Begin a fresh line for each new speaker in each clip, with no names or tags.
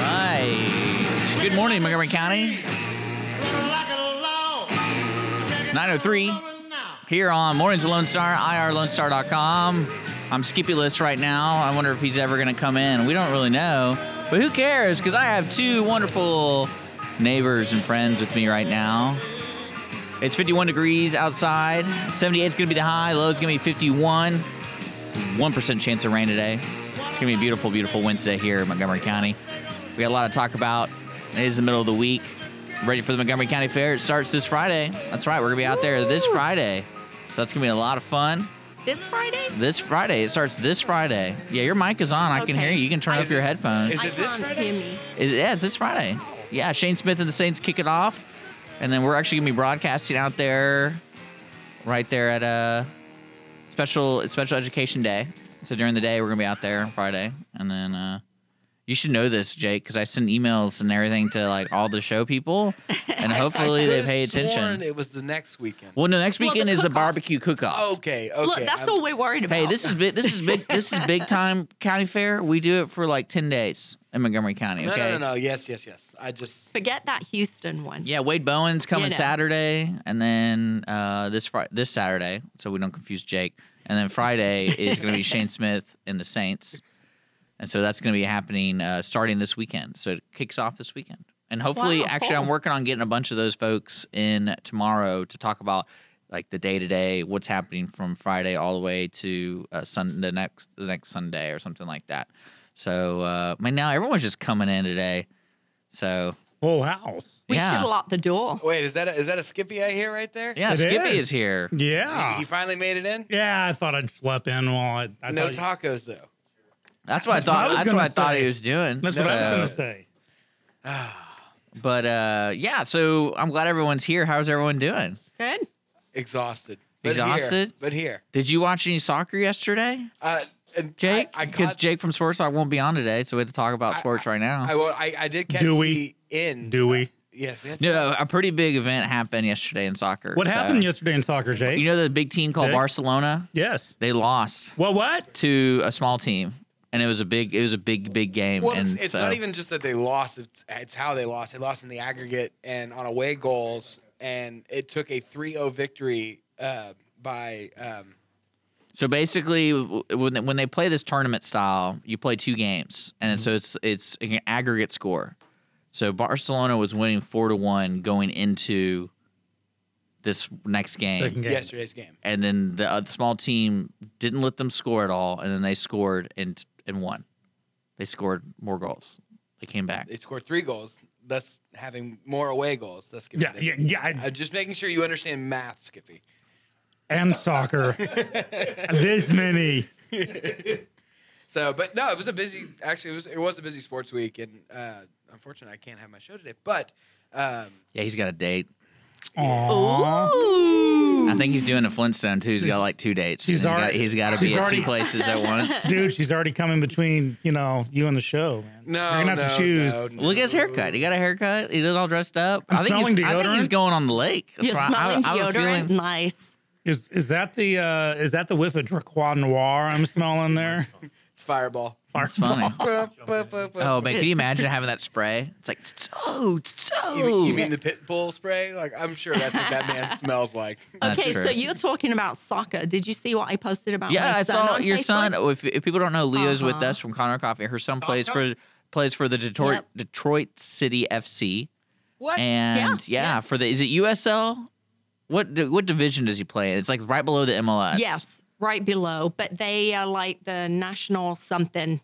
Right. Good morning, Montgomery County. 903 here on Mornings of Lone Star, irlonestar.com. I'm Skippy List right now. I wonder if he's ever going to come in. We don't really know. But who cares? Because I have two wonderful neighbors and friends with me right now. It's 51 degrees outside. 78 is going to be the high. Low is going to be 51. 1% chance of rain today. It's going to be a beautiful, beautiful Wednesday here in Montgomery County. We got a lot to talk about. It is the middle of the week. Ready for the Montgomery County Fair. It starts this Friday. That's right. We're going to be out there this Friday. So that's going to be a lot of fun.
This Friday?
This Friday. It starts this Friday. Yeah, your mic is on. I can
Okay.
hear you. You can turn
I-
up your headphones.
Is
I
it this
can't
Friday?
hear me.
Is yeah, it's this Friday. Yeah, Shane Smith and the Saints kick it off, and then we're actually gonna be broadcasting out there, right there at uh, special it's special education day. So during the day we're gonna be out there on Friday, and then uh, you should know this, Jake, because I send emails and everything to like all the show people, and hopefully they
could've
pay
sworn
attention.
It was the next weekend.
Well, no, next
Well, the
weekend is the
cook-off.
barbecue cook-off.
Okay, okay.
Look, that's
I'm-
what we're worried about.
Hey, this is big. This is big. this is big time county fair. We do it for like ten days in Montgomery County.
No,
Okay.
no, no, no. Yes, yes, yes. I just
Forget that Houston one.
Yeah, Wade Bowen's coming
know.
Saturday, and then uh, this Fri this Saturday, so we don't confuse Jake. And then Friday is going to be Shane Smith and the Saints, and so that's going to be happening uh, starting this weekend. So it kicks off this weekend, and hopefully,
Wow,
actually, I'm
cool.
working on getting a bunch of those folks in tomorrow to talk about like the day to day, what's happening from Friday all the way to uh, Sun the next the next Sunday or something like that. So, uh, man, now everyone's just coming in today. So
whole house.
We
yeah.
should lock the door.
wait. Is that a, is that a Skippy I hear right there?
Yeah,
It
Skippy is.
is.
here.
He,
Yeah.
he finally made it in.
Yeah, I thought I'd schlep in while I, I
no
thought-
tacos though.
That's what I thought.
I was
that's
gonna
what I thought
say.
he was doing.
That's what I was
So-
gonna say.
But uh, yeah, so I'm glad everyone's here. How's everyone doing?
Good.
Exhausted. But
Exhausted?
Here, but here,
Did you watch any soccer yesterday,
uh, and
Jake?
I, I
Because
caught.
Jake from Sports Talk won't be on today, so we have to talk about
I-
sports right now.
I, well, I I did catch
Dewey.
the end.
Dewey.
Yes. we have to-
no, a pretty big event happened yesterday in soccer.
What
so-
happened yesterday in soccer, Jake?
You know the big team called
Jake?
Barcelona.
yes.
They lost
Well, what?
to a small team, and it was a big, it was a big, big game.
Well,
and
it's, it's
so-
not even just that they lost; it's, it's how they lost. They lost in the aggregate and on away goals, and it took a 3-0 victory uh, by. Um,
So basically, w- when they, when they play this tournament style, you play two games, and
Mm-hmm.
so it's it's an aggregate score. So Barcelona was winning four to one going into this next game,
Second game.
yesterday's game.
and then the uh, small team didn't let them score at all, and then they scored and and won. They scored more goals. They came back.
They scored three goals, thus having more away goals. Thus giving
Yeah,
them-
yeah, yeah. I-
I'm just making sure you understand math, Skippy.
and soccer. this many.
So, but no, it was a busy. Actually, it was it was a busy sports week, and uh, unfortunately, I can't have my show today. But um,
Yeah, he's got a date.
Aww.
I think he's doing a Flintstone too. He's got like two dates.
she's
He's got-
already-
he's got to
she's
be at two
already-
places at once.
Dude, she's already coming between, you know, you and the show, man.
no,
You're gonna have
no,
to choose.
no, no.
Look at his haircut. He got a haircut. He did all dressed up.
I'm
I think he's,
smelling
I think he's
deodorant.
going on the lake. That's
You're
why I-
smelling
I have a
deodorant?
feeling-
Nice.
Is is that the uh is that the whiff of Dracois Noir I'm smelling there?
It's Fireball.
It's funny. Oh
oh,
man, can you imagine having that spray? It's like so, so.
you, mean- you mean the pit bull spray? Like I'm sure that's what that man smells like.
That's
okay,
true.
so you're talking about soccer. Did you see what I posted about
yeah,
my
I
son
saw
on
your
Facebook?
son. oh, If, if people don't know, Leo's with
Uh-huh.
us from Connor Coffee. Her son plays for plays for the Detroit
Yep.
Detroit City FC,
What?
and yeah,
yeah.
for the is it USL? What di- what division does he play? in? It's like right below the MLS.
Yes, right below. But they are like the national something,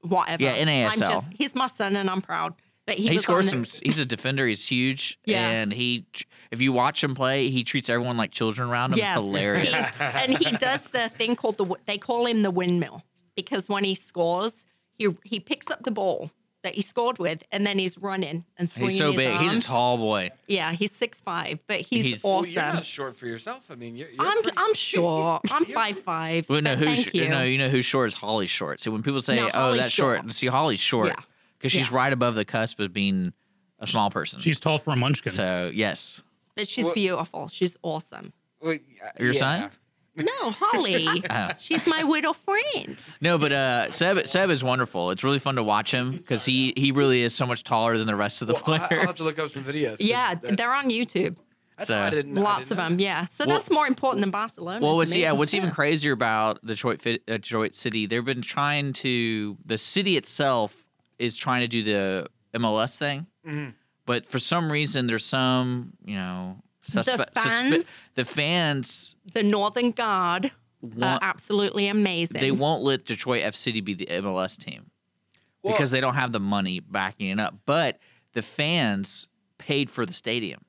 whatever.
Yeah, NASL.
I'm just, he's my son and I'm proud. But he,
he
was
scores
on
some.
the-
He's a defender. He's huge.
Yeah.
And he, if you watch him play, he treats everyone like children around him.
Yes.
It's hilarious.
He's- and he does the thing called the they call him the windmill because when he scores, he he picks up the ball that he scored with, and then he's running and swinging.
He's so
his
big. He's a
arms.
tall boy.
yeah, he's six five, but he's,
He's-
Well,
awesome.
you're not short for yourself. I mean, you're. you're
I'm
pretty-
I'm sure I'm five five.
Well, no, who's
thank you.
no, you know who's short is Holly's short. See, when people say,
No,
"Oh,
Holly's
that's short,"
short.
see, Holly's short
Yeah.
because she's
Yeah.
right above the cusp of being a small person.
She's tall for a munchkin.
so yes,
but she's
Well-
beautiful. She's awesome.
Well,
your
yeah.
son.
No, Holly,
Ah.
she's my widow friend.
No, but uh, Seb Seb is wonderful. It's really fun to watch him because he he really is so much taller than the rest of the
Well, I-
players.
I'll have to look up some videos. 'cause
Yeah,
that's-
they're on YouTube.
That's how I
So-
didn't. I
Lots
didn't
of
know
them. Yeah, so
Well-
that's more important than Barcelona.
Well,
to
what's
me.
yeah, what's even
Yeah.
crazier about Detroit Fit- uh, Detroit City? They've been trying to the city itself is trying to do the MLS thing, but for some reason there's some you know suspe- suspe-
fans?
the fans
the Northern Guard are
Want-
absolutely amazing.
they won't let Detroit F City be the MLS team
Well-
because they don't have the money backing it up. But the fans paid for the stadium.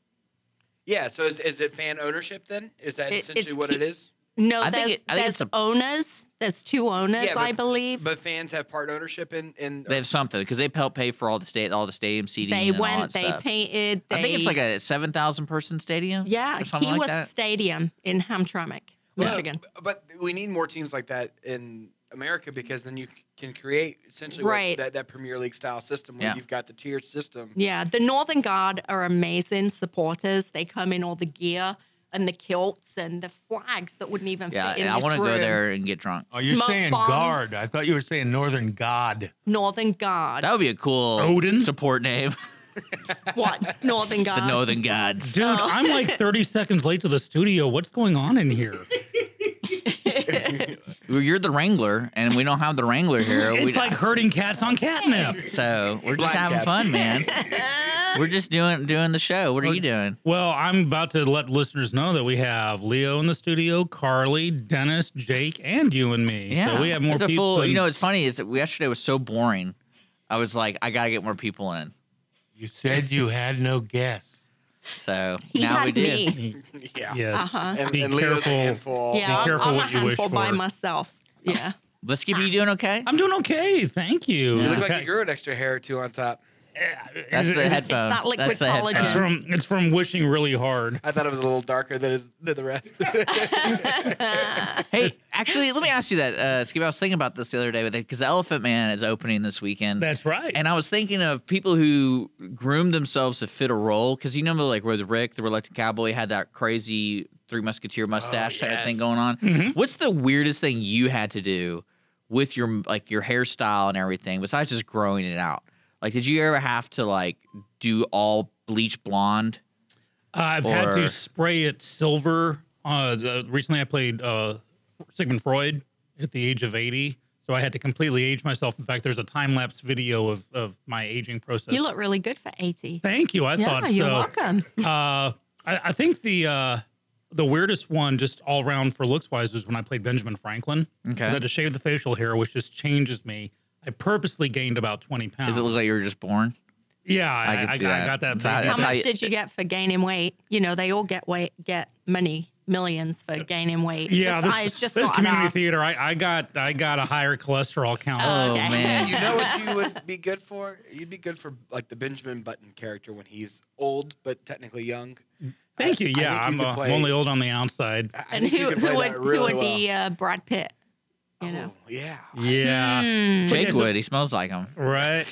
Yeah. So is, is it fan ownership then? Is that
It-
essentially
it's
what
key-
it is?
no,
I think
there's,
it- I think
there's
it's a-
owners. There's two owners,
Yeah,
I
but-
believe.
But fans have part ownership in in.
They have something because they helped pay for all the state all the stadium seating.
they
and all that
went. They
stuff.
painted. They,
I think it's like a seven thousand person stadium.
yeah,
or something
Keyworth
like that.
Stadium in Hamtramck,
Well, no,
Michigan.
b- But we need more teams like that in America because then you c- can create essentially what-
Right.
that, that Premier League style system where
Yeah.
you've got the tiered system.
Yeah, the Northern Guard are amazing supporters. They come in all the gear and the kilts and the flags that wouldn't even
Yeah,
fit in
and I
this
want to go
room.
there and get drunk.
Oh, you're
Smoke
saying
bombs.
guard. I thought you were saying northern god.
Northern Guard.
That would be a cool
Odin?
support name.
What? Northern Guard.
the Northern Gods.
Dude, I'm like 30 seconds late to the studio. What's going on in here?
Well, You're the Wrangler, and we don't have the Wrangler here. we,
It's like herding cats on catnip.
so we're just
Black
having
cats.
fun, man. we're just doing doing the show. What are you doing?
Well, I'm about to let listeners know that we have Leo in the studio, Carly, Dennis, Jake, and you and me.
Yeah,
so we have more
it's a
people.
full-
than-
you know, it's funny is that we- yesterday was so boring. I was like, I gotta get more people in.
You said you had no guests.
So
he
now
had
we do.
me.
Yeah.
yes.
Uh-huh.
And,
Be
and Leo's
careful.
a handful.
Yeah, I'm-
careful
I'm,
what
a
you wish
handful by
for.
myself. Yeah.
Let's keep you doing okay.
I'm doing okay. Thank you.
You look like you grew an extra hair or two on top.
That's the headphone.
that liquid
That's the
collagen.
it's
headphone.
from it's from wishing really hard.
I thought it was a little darker than, his, than the rest.
Hey, actually, let me ask you that, uh, Skip. I was thinking about this the other day because the Elephant Man is opening this weekend.
That's right.
And I was thinking of people who groomed themselves to fit a role because you know, like with Rick, the reluctant cowboy, had that crazy Three
Oh,
Musketeer mustache type of thing
yes.
going on.
Mm-hmm.
What's the weirdest thing you had to do with your like your hairstyle and everything besides just growing it out? Like, did you ever have to like do all bleach blonde?
I've had
Or-
to spray it silver. Uh, the, recently, I played uh, Sigmund Freud at the age of 80. So I had to completely age myself. In fact, there's a time lapse video of, of my aging process.
You look really good for 80.
Thank you. I
Yeah,
thought
you're
so.
welcome.
Uh, I, I think the uh, the weirdest one, just all around for looks wise, was when I played Benjamin Franklin. 'Cause I
Okay.
had to shave the facial hair, which just changes me. I purposely gained about 20 pounds.
Does it look like you were just born?
Yeah, I,
can
I,
see
I
that.
got that.
That-
thing.
How
That's how
much
you-
did you get for gaining weight? You know, they all get weight, get money, millions for gaining weight.
Yeah,
just,
this,
I it's just
this
thought I'd
community
ask.
theater, I, I got I got a higher cholesterol count.
Oh
Okay.
man.
you know what you would be good for? You'd be good for like the Benjamin Button character when he's old but technically young.
Thank you.
I
Yeah,
think
I'm,
you could
uh, I'm
play-
only old on the outside.
I- I
And
think you
who,
could play
who would
that really
who would
well.
be uh, Brad Pitt? You know,
Oh, yeah.
Yeah,
Jake
so-
would. He smells like him.
Hmm.
right.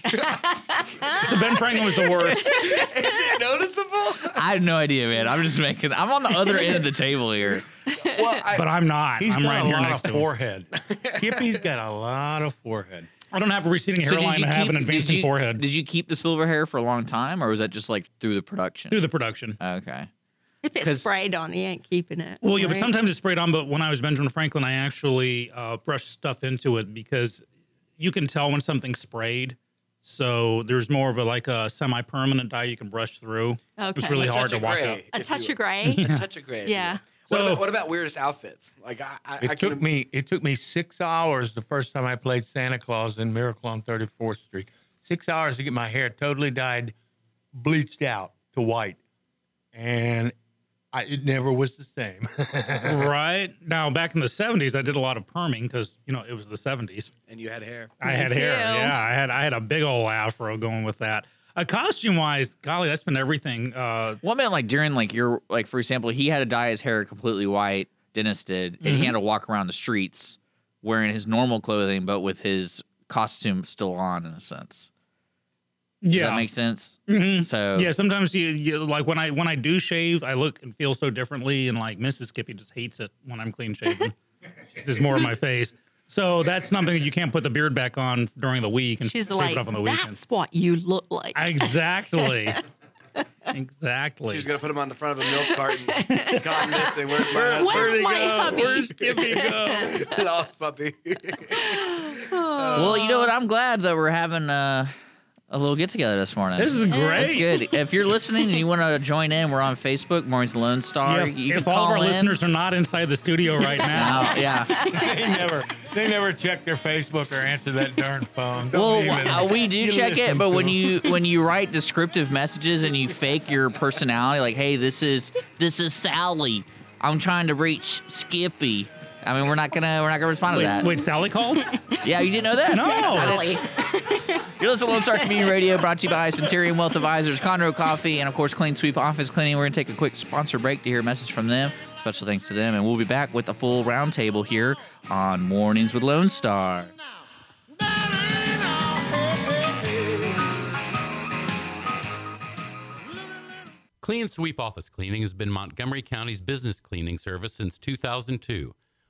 so Ben Franklin was the worst.
Is it noticeable?
I have no idea, man. I'm just making. I'm on the other end of the table here.
well, I,
But I'm not.
He's
I'm
got
right
a
here
lot
next
of
to him.
forehead. Kippy's got a lot of forehead.
I don't have a receding
So did
hairline.
you
I have
keep-
an
did
advancing
you-
forehead.
Did you keep the silver hair for a long time, or was that just like through the production?
Do the production.
okay.
if
'Cause-
it's sprayed on, he ain't keeping it.
Well, yeah, but
right?
sometimes it's sprayed on. But when I was Benjamin Franklin, I actually uh, brushed stuff into it because you can tell when something's sprayed. So there's more of a like a semi-permanent dye you can brush through. It's
Okay.
really
A
hard
touch
to
of
wash
gray,
out.
a
if
touch
you-
of gray.
a touch of gray.
Yeah.
What,
So-
about, what about weirdest outfits? Like I, I,
It
I
took
can,
me it took me six hours the first time I played Santa Claus in Miracle on 34th Street. six hours to get my hair totally dyed, bleached out to white, and I, it never was the same.
right now, back in the '70s, I did a lot of perming because you know it was the '70s.
and you had hair.
I
Me
had hair.
too.
Yeah, I had I had a big old afro going with that. Uh, costume wise, golly, that's been everything. Uh,
What meant like during like your like for example, he had to dye his hair completely white. Dennis did, and
Mm-hmm.
he had to walk around the streets wearing his normal clothing, but with his costume still on in a sense. Does
yeah,
that make sense?
Mhm.
So
yeah. Sometimes you, you like when I when I do shave, I look and feel so differently, and like Mrs. Skippy just hates it when I'm clean shaven. this is more of my face. So that's something that you can't put the beard back on during the week and
She's
shave
like,
it off on the weekend.
that's what you look like.
Exactly. exactly.
She was gonna put him on the front of a milk carton. Gone missing. Where's my husband?
Where's my hubby?
Where's Skippy go?
Lost puppy.
Well, you know what? I'm glad that we're having uh, a little get together this morning.
This is
That's
great.
good. If you're listening and you want to join in, we're on Facebook, Maureen's Lone Star.
Yeah, if
you
if
can
all of our
call in.
listeners are not inside the studio right now,
Uh, yeah.
they never, they never check their Facebook or answer that darn phone. Don't even-
Well, uh, we do
you
check it,
listen
but
to
when
them.
you when you write descriptive messages and you fake your personality, like, "Hey, this is this is Sally. I'm trying to reach Skippy." I mean, we're not gonna we're not gonna respond to
wait,
that.
wait, Sally called?
Yeah, you didn't know that?
No.
Sally.
You're listening to Lone Star Community Radio, brought to you by Centurion Wealth Advisors, Conroe Coffee, and of course, Clean Sweep Office Cleaning. We're going to take a quick sponsor break to hear a message from them. Special thanks to them, and we'll be back with a full roundtable here on Mornings with Lone Star.
Clean Sweep Office Cleaning has been Montgomery County's business cleaning service since 2002,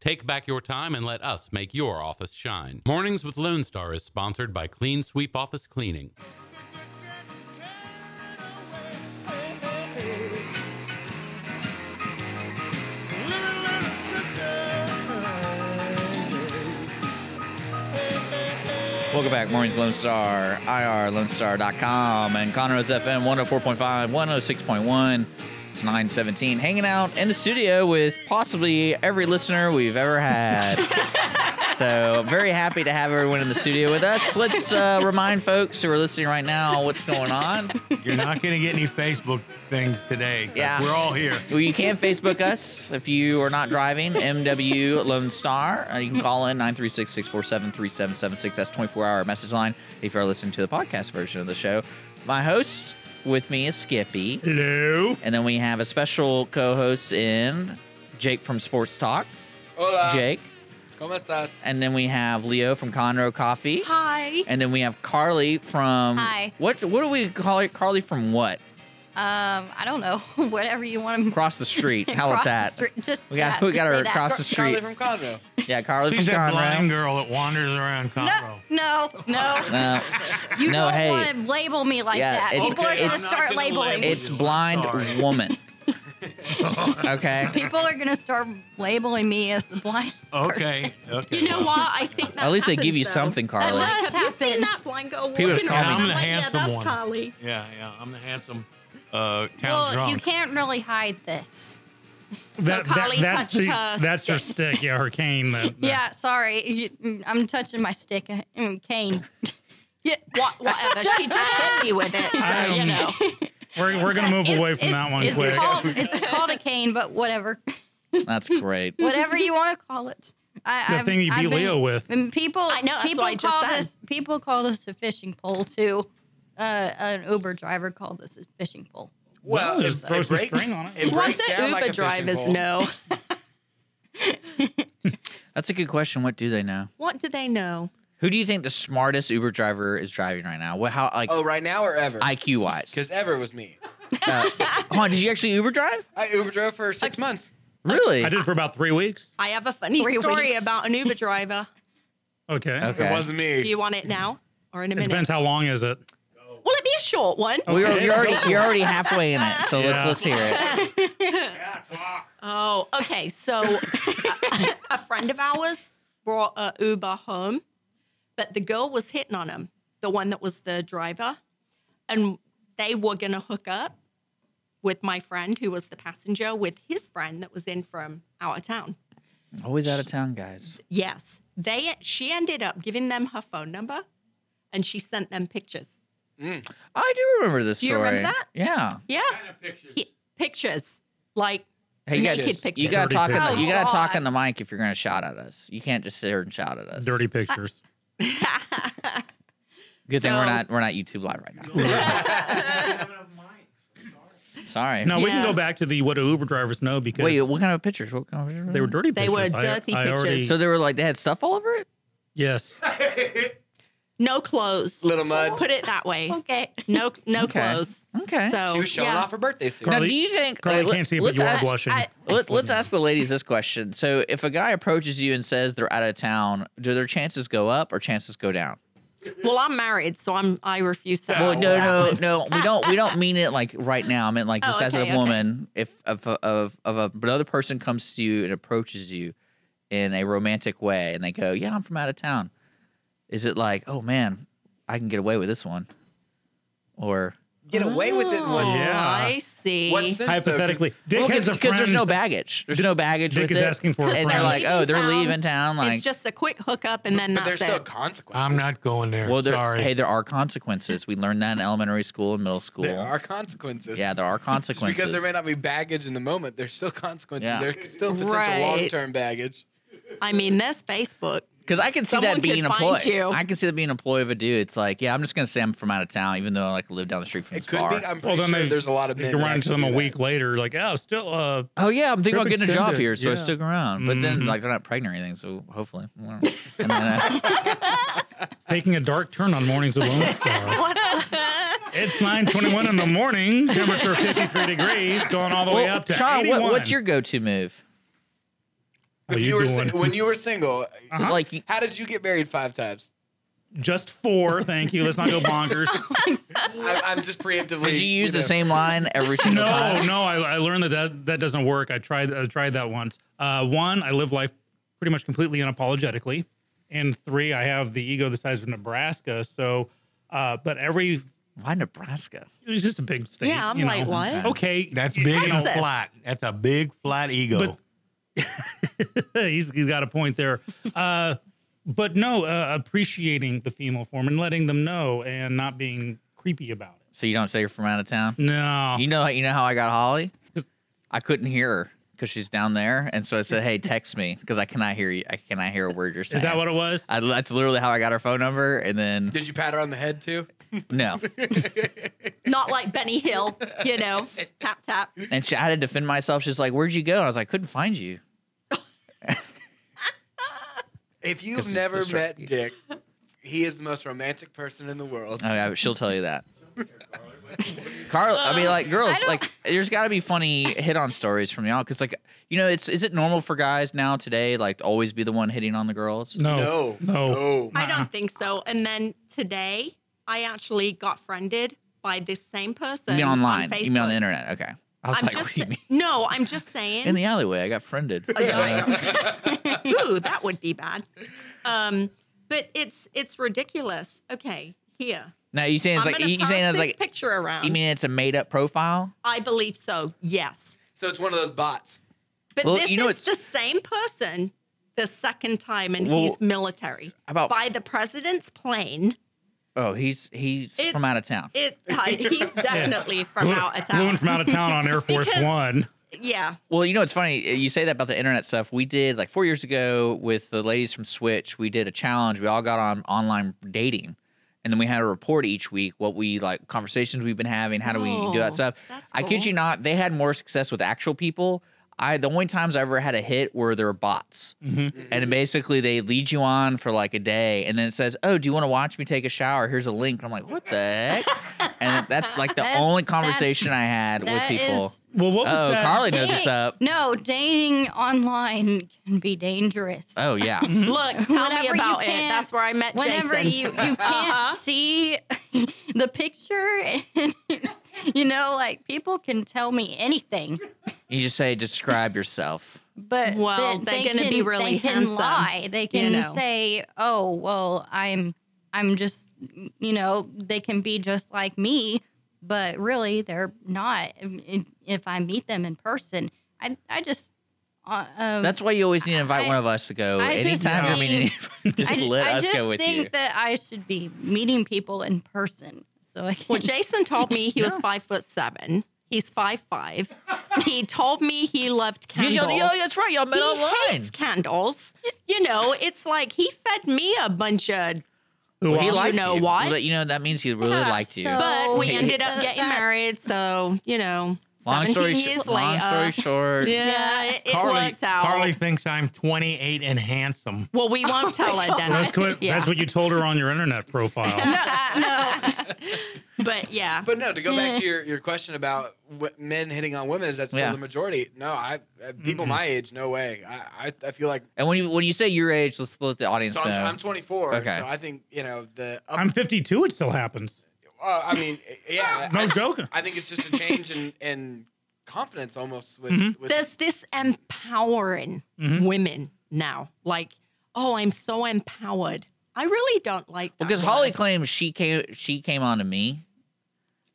Take back your time and let us make your office shine. Mornings with Lone Star is sponsored by Clean Sweep Office Cleaning.
Welcome back, Mornings Lone Star, irlonestar.com, and Conroe's FM 104.5, 106.1. It's 917, hanging out in the studio with possibly every listener we've ever had. so I'm very happy to have everyone in the studio with us. Let's uh, remind folks who are listening right now what's going on.
You're not going to get any Facebook things today. 'cause
Yeah.
We're all here.
Well, you can Facebook us if you are not driving, MW Lone Star. Uh, you can call in 936 647 3776. That's 24 hour message line if you are listening to the podcast version of the show. My host with me is Skippy.
Hello.
And then we have a special co host in Jake from Sports Talk.
Hola.
Jake.
¿Cómo estás?
And then we have Leo from Conroe Coffee.
Hi.
And then we have Carly from.
Hi.
What, what do we call it? Carly from what?
Um, I don't know. Whatever you want to
Across the street. How about that?
Just
We got-
that,
we
just
got her
say that.
across the street.
Charlie from Conroe.
Yeah, Carly
She's
from
that
Conroe.
blind girl that wanders around Conroe.
No, no, no.
No.
You
Uh, no,
don't
hey.
want
Oh,
to label me like
Yeah,
that.
it's-
People
Okay,
are
I'm
gonna
not
start
gonna
labeling.
label-
It's blind
Sorry.
woman. okay.
People are gonna start labeling me as the blind.
Oh. Okay. Okay.
You know why? I think that
At least they give you
happens, though.
something,
I
Carly.
That
love,
does
have you seen
happen.
that blind girl
He was
walking
calling.
around?
I'm
the
like, yeah,
handsome
that's
one."
Carly.
Yeah, yeah. I'm the handsome uh, town
well,
drunk.
you can't really hide this.
That, that,
Carly
that's
touched
the,
her
that's her stick. Yeah, her cane. that- that-
Yeah, sorry. You- mm, I'm touching my stick, mm, cane. yeah.
What, whatever. she just hit me with it.
I
So, you
don't-
know.
We're, we're gonna move away from that one
it's
quick.
Called, it's called a cane, but whatever,
That's great.
whatever you want to call it. I,
the
I've-
thing you
I've
beat
been-
Leo with.
And people,
I know, that's
people
what I just
call
said.
this. People call this a fishing pole too. Uh, an Uber driver called this a fishing pole.
uh,
Well, just throw some string on it.
It
What
breaks
the
down
Uber
like a
drivers
fishing pole.
know?
That's a good question. What do they know?
What do they know?
Who do you think the smartest Uber driver is driving right now? What, how like
Oh, right now or ever?
IQ wise?
Because ever was me.
Hold on, did you actually Uber drive?
I Uber drove for six months.
Really?
I did it for about three weeks.
I have a funny
Three
story
weeks.
about an Uber driver.
Okay.
Okay.
It wasn't me.
Do you want it now or in a
It
minute?
depends how long is it.
Well, Will it be a short one?
We are, you're, already, you're already halfway in it, so let's
Yeah.
let's hear it.
Oh, okay. So a friend of ours brought a Uber home, but the girl was hitting on him, the one that was the driver, and they were gonna hook up with my friend who was the passenger with his friend that was in from out of town.
Always out of town, guys.
Yes, they. She ended up giving them her phone number, and she sent them pictures.
I do remember this
Do you
story.
remember that?
Yeah.
Yeah, pictures. pictures like
Hey, you got,
naked pictures.
you got
Dirty
to talk. In the,
pictures.
you got to
Oh,
talk
God.
in the mic if you're going to shout at us. You can't just sit here and shout at us.
Dirty pictures.
Good thing we're
So-
not we're not YouTube live right now. Sorry.
No, we
Yeah.
can go back to the what do Uber drivers know because
Wait, what kind of pictures? What kind of pictures?
they were dirty
They
pictures.
were
I-
dirty
I already-
pictures.
So they were like they had stuff all over it.
yes.
no clothes.
Little mud.
Put it that way.
Okay.
No, no
Okay.
clothes.
Okay.
So
She was showing
yeah.
off her birthday suit.
now,
Carly-
do you think?
Carly
let-
can't see it, but
let's
you are
ask-
blushing.
I- let, let's ask the ladies this question. So, if a guy approaches you and says they're out of town, do their chances go up or chances go down?
Well, I'm married, so I'm I refuse to.
Well,
answer
no,
that
no,
one.
no. We don't. We don't mean it like right now. I mean like
Oh,
just as
okay,
a
okay.
woman, if of of of a, another person comes to you and approaches you in a romantic way, and they go, "Yeah, I'm from out of town," is it like, "Oh man, I can get away with this one," or
Get away with it. in
Oh,
What,
Yeah.
I see.
what sense, though? 'Cause
Hypothetically, Dick
Well,
has a friend.
there's no baggage. There's no baggage.
Dick
with
is
it.
asking for a
and they're
friend.
like, "Oh, they're
Leaving
leaving town." Like,
it's just a quick hookup, and then
But there's
that's
still
it.
consequences.
I'm not going there.
well, there,
Sorry.
hey, there are consequences. We learned that in elementary school and middle school.
There are consequences.
Yeah, there are
Just
consequences.
because there may not be baggage in the moment, there's still consequences.
Yeah.
There's still potential
Right.
long-term baggage.
I mean, there's Facebook.
Because I can see
Someone
that being
could
a ploy.
find you.
I can see that being a ploy of a dude. It's like, yeah, I'm just gonna say I'm from out of town, even though I like live down the street from
It
this
could
bar.
be. I'm
Well,
pretty
then
sure
they,
there's a lot of
they
men.
can
that
run into
actually
them a
do that.
week later, like, oh, still, uh,
oh yeah, I'm thinking about
Trip
getting a job
extended,
here, so I
yeah.
stick around. But then
Mhm.
like they're not pregnant or anything, so hopefully. I don't know. And then, uh,
taking a dark turn on mornings with Lone Star. it's 9.21 in the morning, temperature 53 degrees, going all the way
well,
up to
Sean, what,
81.
what's your go-to move?
How
If
you Uh-huh.
you were
doing?
sing- when you were single,
Like, you-
how did you get married five times?
Just four, thank you. Let's not go bonkers.
I, I'm just preemptively.
did you use the
know.
same line every single
no,
time?
no, I, I learned that, that that doesn't work. I tried I tried that once. Uh, one, I live life pretty much completely unapologetically, and three, I have the ego the size of Nebraska. So, uh, but every
Why Nebraska?
it's just a big state.
Yeah, I'm
you
like,
know.
what?
Okay,
That's
you
big and
know,
Texas.
flat. That's a big flat ego.
But- he's, he's got a point there. Uh, but no, uh, appreciating the female form and letting them know, and not being creepy about it.
So you don't say you're from out of town?
No,
You know, you know how I got Holly? I couldn't hear her because she's down there, and so I said, "Hey, text me because I cannot hear you. I cannot hear a word you're saying."
is that what it was?
I, that's literally how I got her phone number, and then
Did you pat her on the head too?
no,
Not like Benny Hill, you know, tap tap.
and she, I had to defend myself. She's like, "Where'd you go?" And I was like, "Couldn't find you."
If
Because
you've
it's
never
just-
met Dick, he is the most romantic person in the world.
Oh, yeah, she'll tell you that. Carl, I
Um,
mean, like girls, like there's got to be funny hit on stories from y'all because, like, you know, it's is it normal for guys now today like to always be the one hitting on the girls?
No,
No, no.
I don't think so. And then today, I actually got friended by this same person.
You mean online?
On
you mean on the
Facebook.
internet? Okay, I was
I'm
like,
just
what do you mean?
no. I'm just saying.
in the alleyway. I got friended. Uh,
Ooh, that would be bad. Um, but it's it's ridiculous. Okay, here.
now you saying it's
I'm
like
gonna
you
pass
saying it's
this
like
picture around.
you mean it's a made up profile?
I believe so. Yes.
So it's one of those bots.
But
Well,
this
you know,
is the
it's-
same person the second time, and
Well,
he's military.
about-
by the president's plane.
Oh, he's he's
It's-
from out of town.
It I- he's definitely from
Flew-
out of
flew in
town.
from out of town on Air Force
Because-
One.
yeah.
Well, you know, it's funny. uh, You say that about the internet stuff. We did like four years ago with the ladies from Switch. We did a challenge. We all got on online dating, and then we had a report each week what we like conversations we've been having. How do we do
Oh,
that stuff?
that's
I kid
cool.
you not, they had more success with actual people. I the only times I ever had a hit were there were bots,
Mm-hmm.
and basically they lead you on for like a day, and then it says, "Oh, do you want to watch me take a shower? Here's a link." I'm like, "What the heck?" and that's like the
That's-
only
that's-
conversation I had with
That
people.
is
Well, what was
Oh,
that?
Carly knows
dang-
it's up.
No, dating online can be dangerous.
Oh yeah,
Mm-hmm.
Look, tell
Whenever
me
you
about it.
can't-
That's where I met
Whenever
Jason.
you you can't
Uh-huh.
see the picture, and you know, like people can tell me anything,
you just say describe yourself.
but
Well,
th-
they're
they
gonna
can,
be really
they can
handsome,
lie. They can
know.
say, "Oh, well, I'm I'm just you know." They can be just like me, but really they're not. If I meet them in person, I I just. Uh, um,
That's why you always need to invite
I-
one of us to go.
I just
Anytime you're meeting,
think-
anybody, just
I,
let
I
us
just
go with
think
you.
that I should be meeting people in person. So I can
Well, Jason told me he was five foot seven. He's five five. He told me he loved
You
candles.
just- oh, that's right. Y'all met
he
online.
hates candles. You know, it's like he fed me a bunch of.
Who
He
I-
liked
know
you.
what?
He let you know that means he really
Yeah,
liked you.
so-
But we
Oh,
ended up
uh,
getting
that's-
married, so you know,
long story,
seventeen
short,
years
long
later.
uh,
story short,
Yeah, it, it
Carly,
worked out.
Carly thinks I'm 28 and handsome.
Well, we won't tell her, Dennis.
That's, what,
Yeah.
that's what you told her on your internet profile.
but yeah,
But no, to go back to your, your question about what men hitting on women, is that still
Yeah. Mm-hmm.
the majority? No, I uh, people my age, no way. I, I, I feel like
And when you when you say your age, let's let the audience
so I'm,
know.
I'm 24,
Okay.
so I think you know the. Up,
I'm 52. It still happens.
uh, I mean, yeah,
No
I, just-
joking.
I think it's just a change in, in confidence almost with,
Mm-hmm.
with
there's this empowering women now. Like, oh, I'm so empowered. I really don't like that
because
word.
Holly claims she came she came on to me,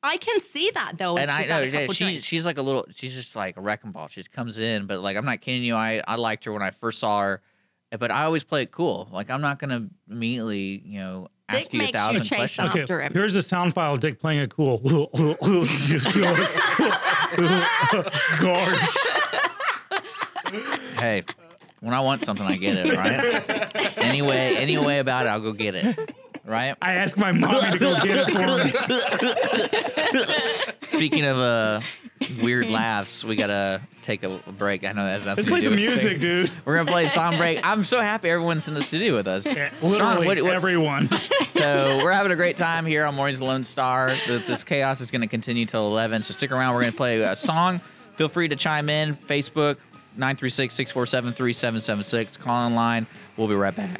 I can see that though. if
and I
she's
know
had a
yeah,
couple
she
drinks.
she's like a little she's just like a wrecking ball. She just comes in, but like I'm not kidding you. I I liked her when I first saw her, but I always play it cool. Like I'm not gonna immediately you know ask
Dick
you a
makes you
thousand
chase
questions.
off. After him.
here's a sound file of Dick playing it cool. Guard.
Hey, when I want something, I get it. Right? anyway, any way about it, I'll go get it. Right?
I asked my mommy to go get it for me.
Speaking of uh, weird laughs, we gotta take a break. I know that's nothing
Let's
to
play
do
some
with
music,
thing.
dude.
We're gonna play a song break. I'm so happy everyone's in the studio with us.
Yeah,
Sean,
Literally
what- what-
everyone.
so we're having a great time here on Morning's Lone Star. This, this chaos is gonna continue till 11. So stick around. We're gonna play a song. Feel free to chime in. Facebook 936-647-3776. Call online. We'll be right back.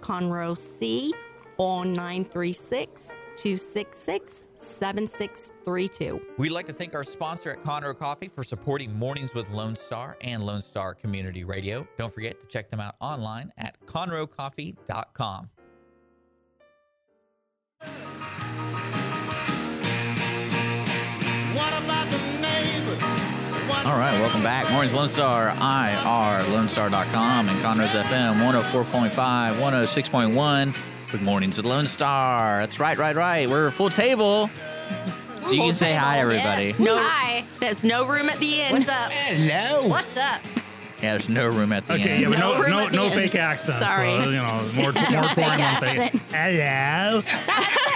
Conroe C or 936 266 7632.
We'd like to thank our sponsor at Conroe Coffee for supporting Mornings with Lone Star and Lone Star Community Radio. Don't forget to check them out online at conroecoffee.com.
All right, welcome back. Morning's Lone Star, IRLoneStar.com and Conrad's FM 104.5, 106.1 with Mornings with Lone Star. That's right, right, right. We're a full table. So you can say hi, everybody. Yeah.
No.
Hi.
There's no room at the inn.
What's up?
Hello.
What's up?
there's no room at the
Okay,
end.
yeah, but
No
no,
room
no,
at the
no
end.
fake accents.
Sorry.
though, you know, more, more foreign on fake.
accents.
Hello.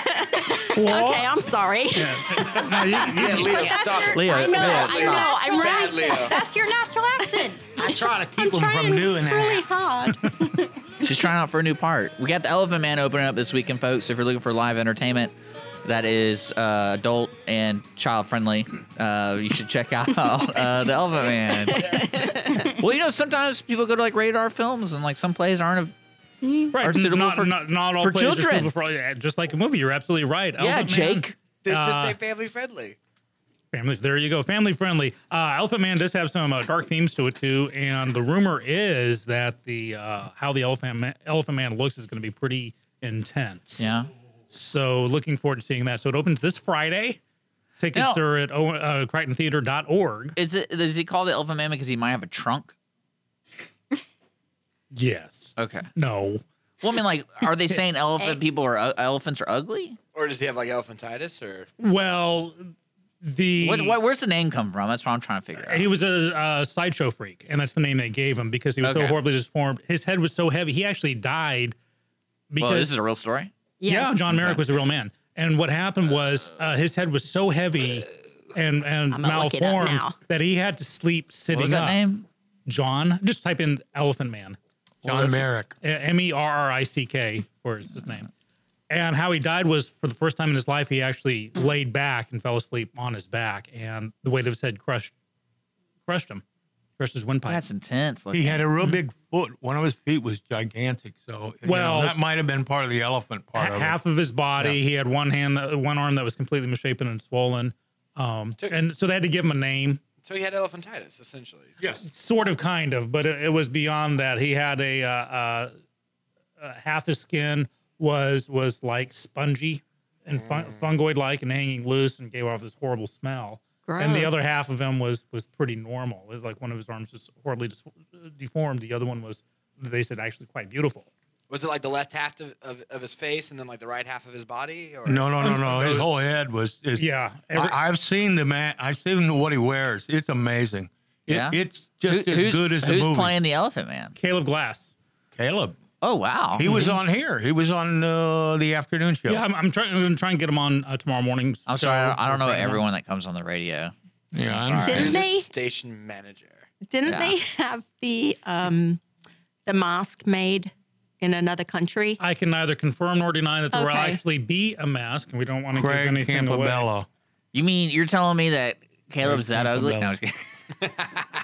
Okay, I'm sorry.
No, you- you-
Yeah, Leo, stop it.
Leo,
I know,
Leo,
I
stop.
know, I'm
Bad
right.
Leo.
That's your natural accent.
I try to keep them from doing
Really
that.
hard.
She's trying out for a new part. We got the Elephant Man opening up this weekend, folks. If you're looking for live entertainment that is uh, adult and child friendly, uh, you should check out uh, the Elephant Man. well, you know, sometimes people go to like radar films and like some plays aren't.
Right,
Are suitable
not,
for-
not, not all
for
plays are
children.
suitable for all- yeah, just like a movie. You're absolutely right.
A, yeah,
Elephant Man.
Jake.
They just
Uh,
say family friendly.
Family, there you go. Family friendly. Uh, Elephant Man does have some uh, dark themes to it too, and the rumor is that the uh, how the Elephant Man, Elephant Man looks is going to be pretty intense.
Yeah.
So looking forward to seeing that. So it opens this Friday. Tickets
Now-
are at o- uh, CrichtonTheater.org.
Is it? Does he call the Elephant Man because he might have a trunk?
Yes.
Okay.
No.
Well, I mean, like, are they saying elephant
Hey.
people are uh, elephants are ugly?
Or does he have like elephantitis or
Well, the
What, what, where's the name come from? That's what I'm trying to figure out.
he was a uh, sideshow freak, and that's the name they gave him because he was
Okay.
so horribly disformed. His head was so heavy, he actually died because
well, this is a real story.
Yeah,
Yes.
John Merrick was the real man. And what happened was uh, his head was so heavy and and
I'm gonna look it up
malformed
now.
that he had to sleep sitting
What was that
up.
name?
John, just type in Elephant Man,
John Merrick.
M E R R I C K, for his his name. And how he died was for the first time in his life, he actually laid back and fell asleep on his back, and the weight of his head crushed crushed him, crushed his windpipe.
That's intense. Look,
He had a real big foot. One of his feet was gigantic. So you know,
Well-
that might have been part of the elephant part
ha-
of
half of his body. He had one hand, that, one arm that was completely misshapen and swollen. Um,
Took-
and so they had to give him a name.
so he had elephantitis essentially.
it. Yes.
sort of kind of but it, it was beyond that he had a uh, uh, uh, half his skin was was like spongy and fun-
Mm.
fungoid like and hanging loose and gave off this horrible smell and the
Gross.
other half of him was was pretty normal it was like one of his arms was horribly dis- deformed the other one was they said actually quite beautiful
Was it like the left half of, of, of his face and then like the right half of his body? Or
No, no, no, no. His whole head was. Is,
yeah every-
I, I've seen the man. I've seen what he wears. It's amazing. It,
Yeah?
It's just
Who-
as
who's,
good as the
who's
movie.
playing the Elephant Man?
caleb glass
Caleb.
Oh wow,
He was on here. He was on uh, the afternoon show.
yeah i'm, I'm trying i'm trying to get him on uh, tomorrow morning
I'm sorry, I don't, I don't
Friday
know
morning.
everyone that comes on the radio.
Yeah, I
Sorry.
understand.
Didn't
He
they?
was a Station manager.
Didn't
Yeah.
they have the um, the mask made in another country?
I can neither confirm nor deny that there will
Okay.
actually be a mask, and we don't want to give
Craig
anything away.
Campobello.
You mean you're telling me that Caleb's that
Campbell
ugly? No,
Bell.
I'm just kidding.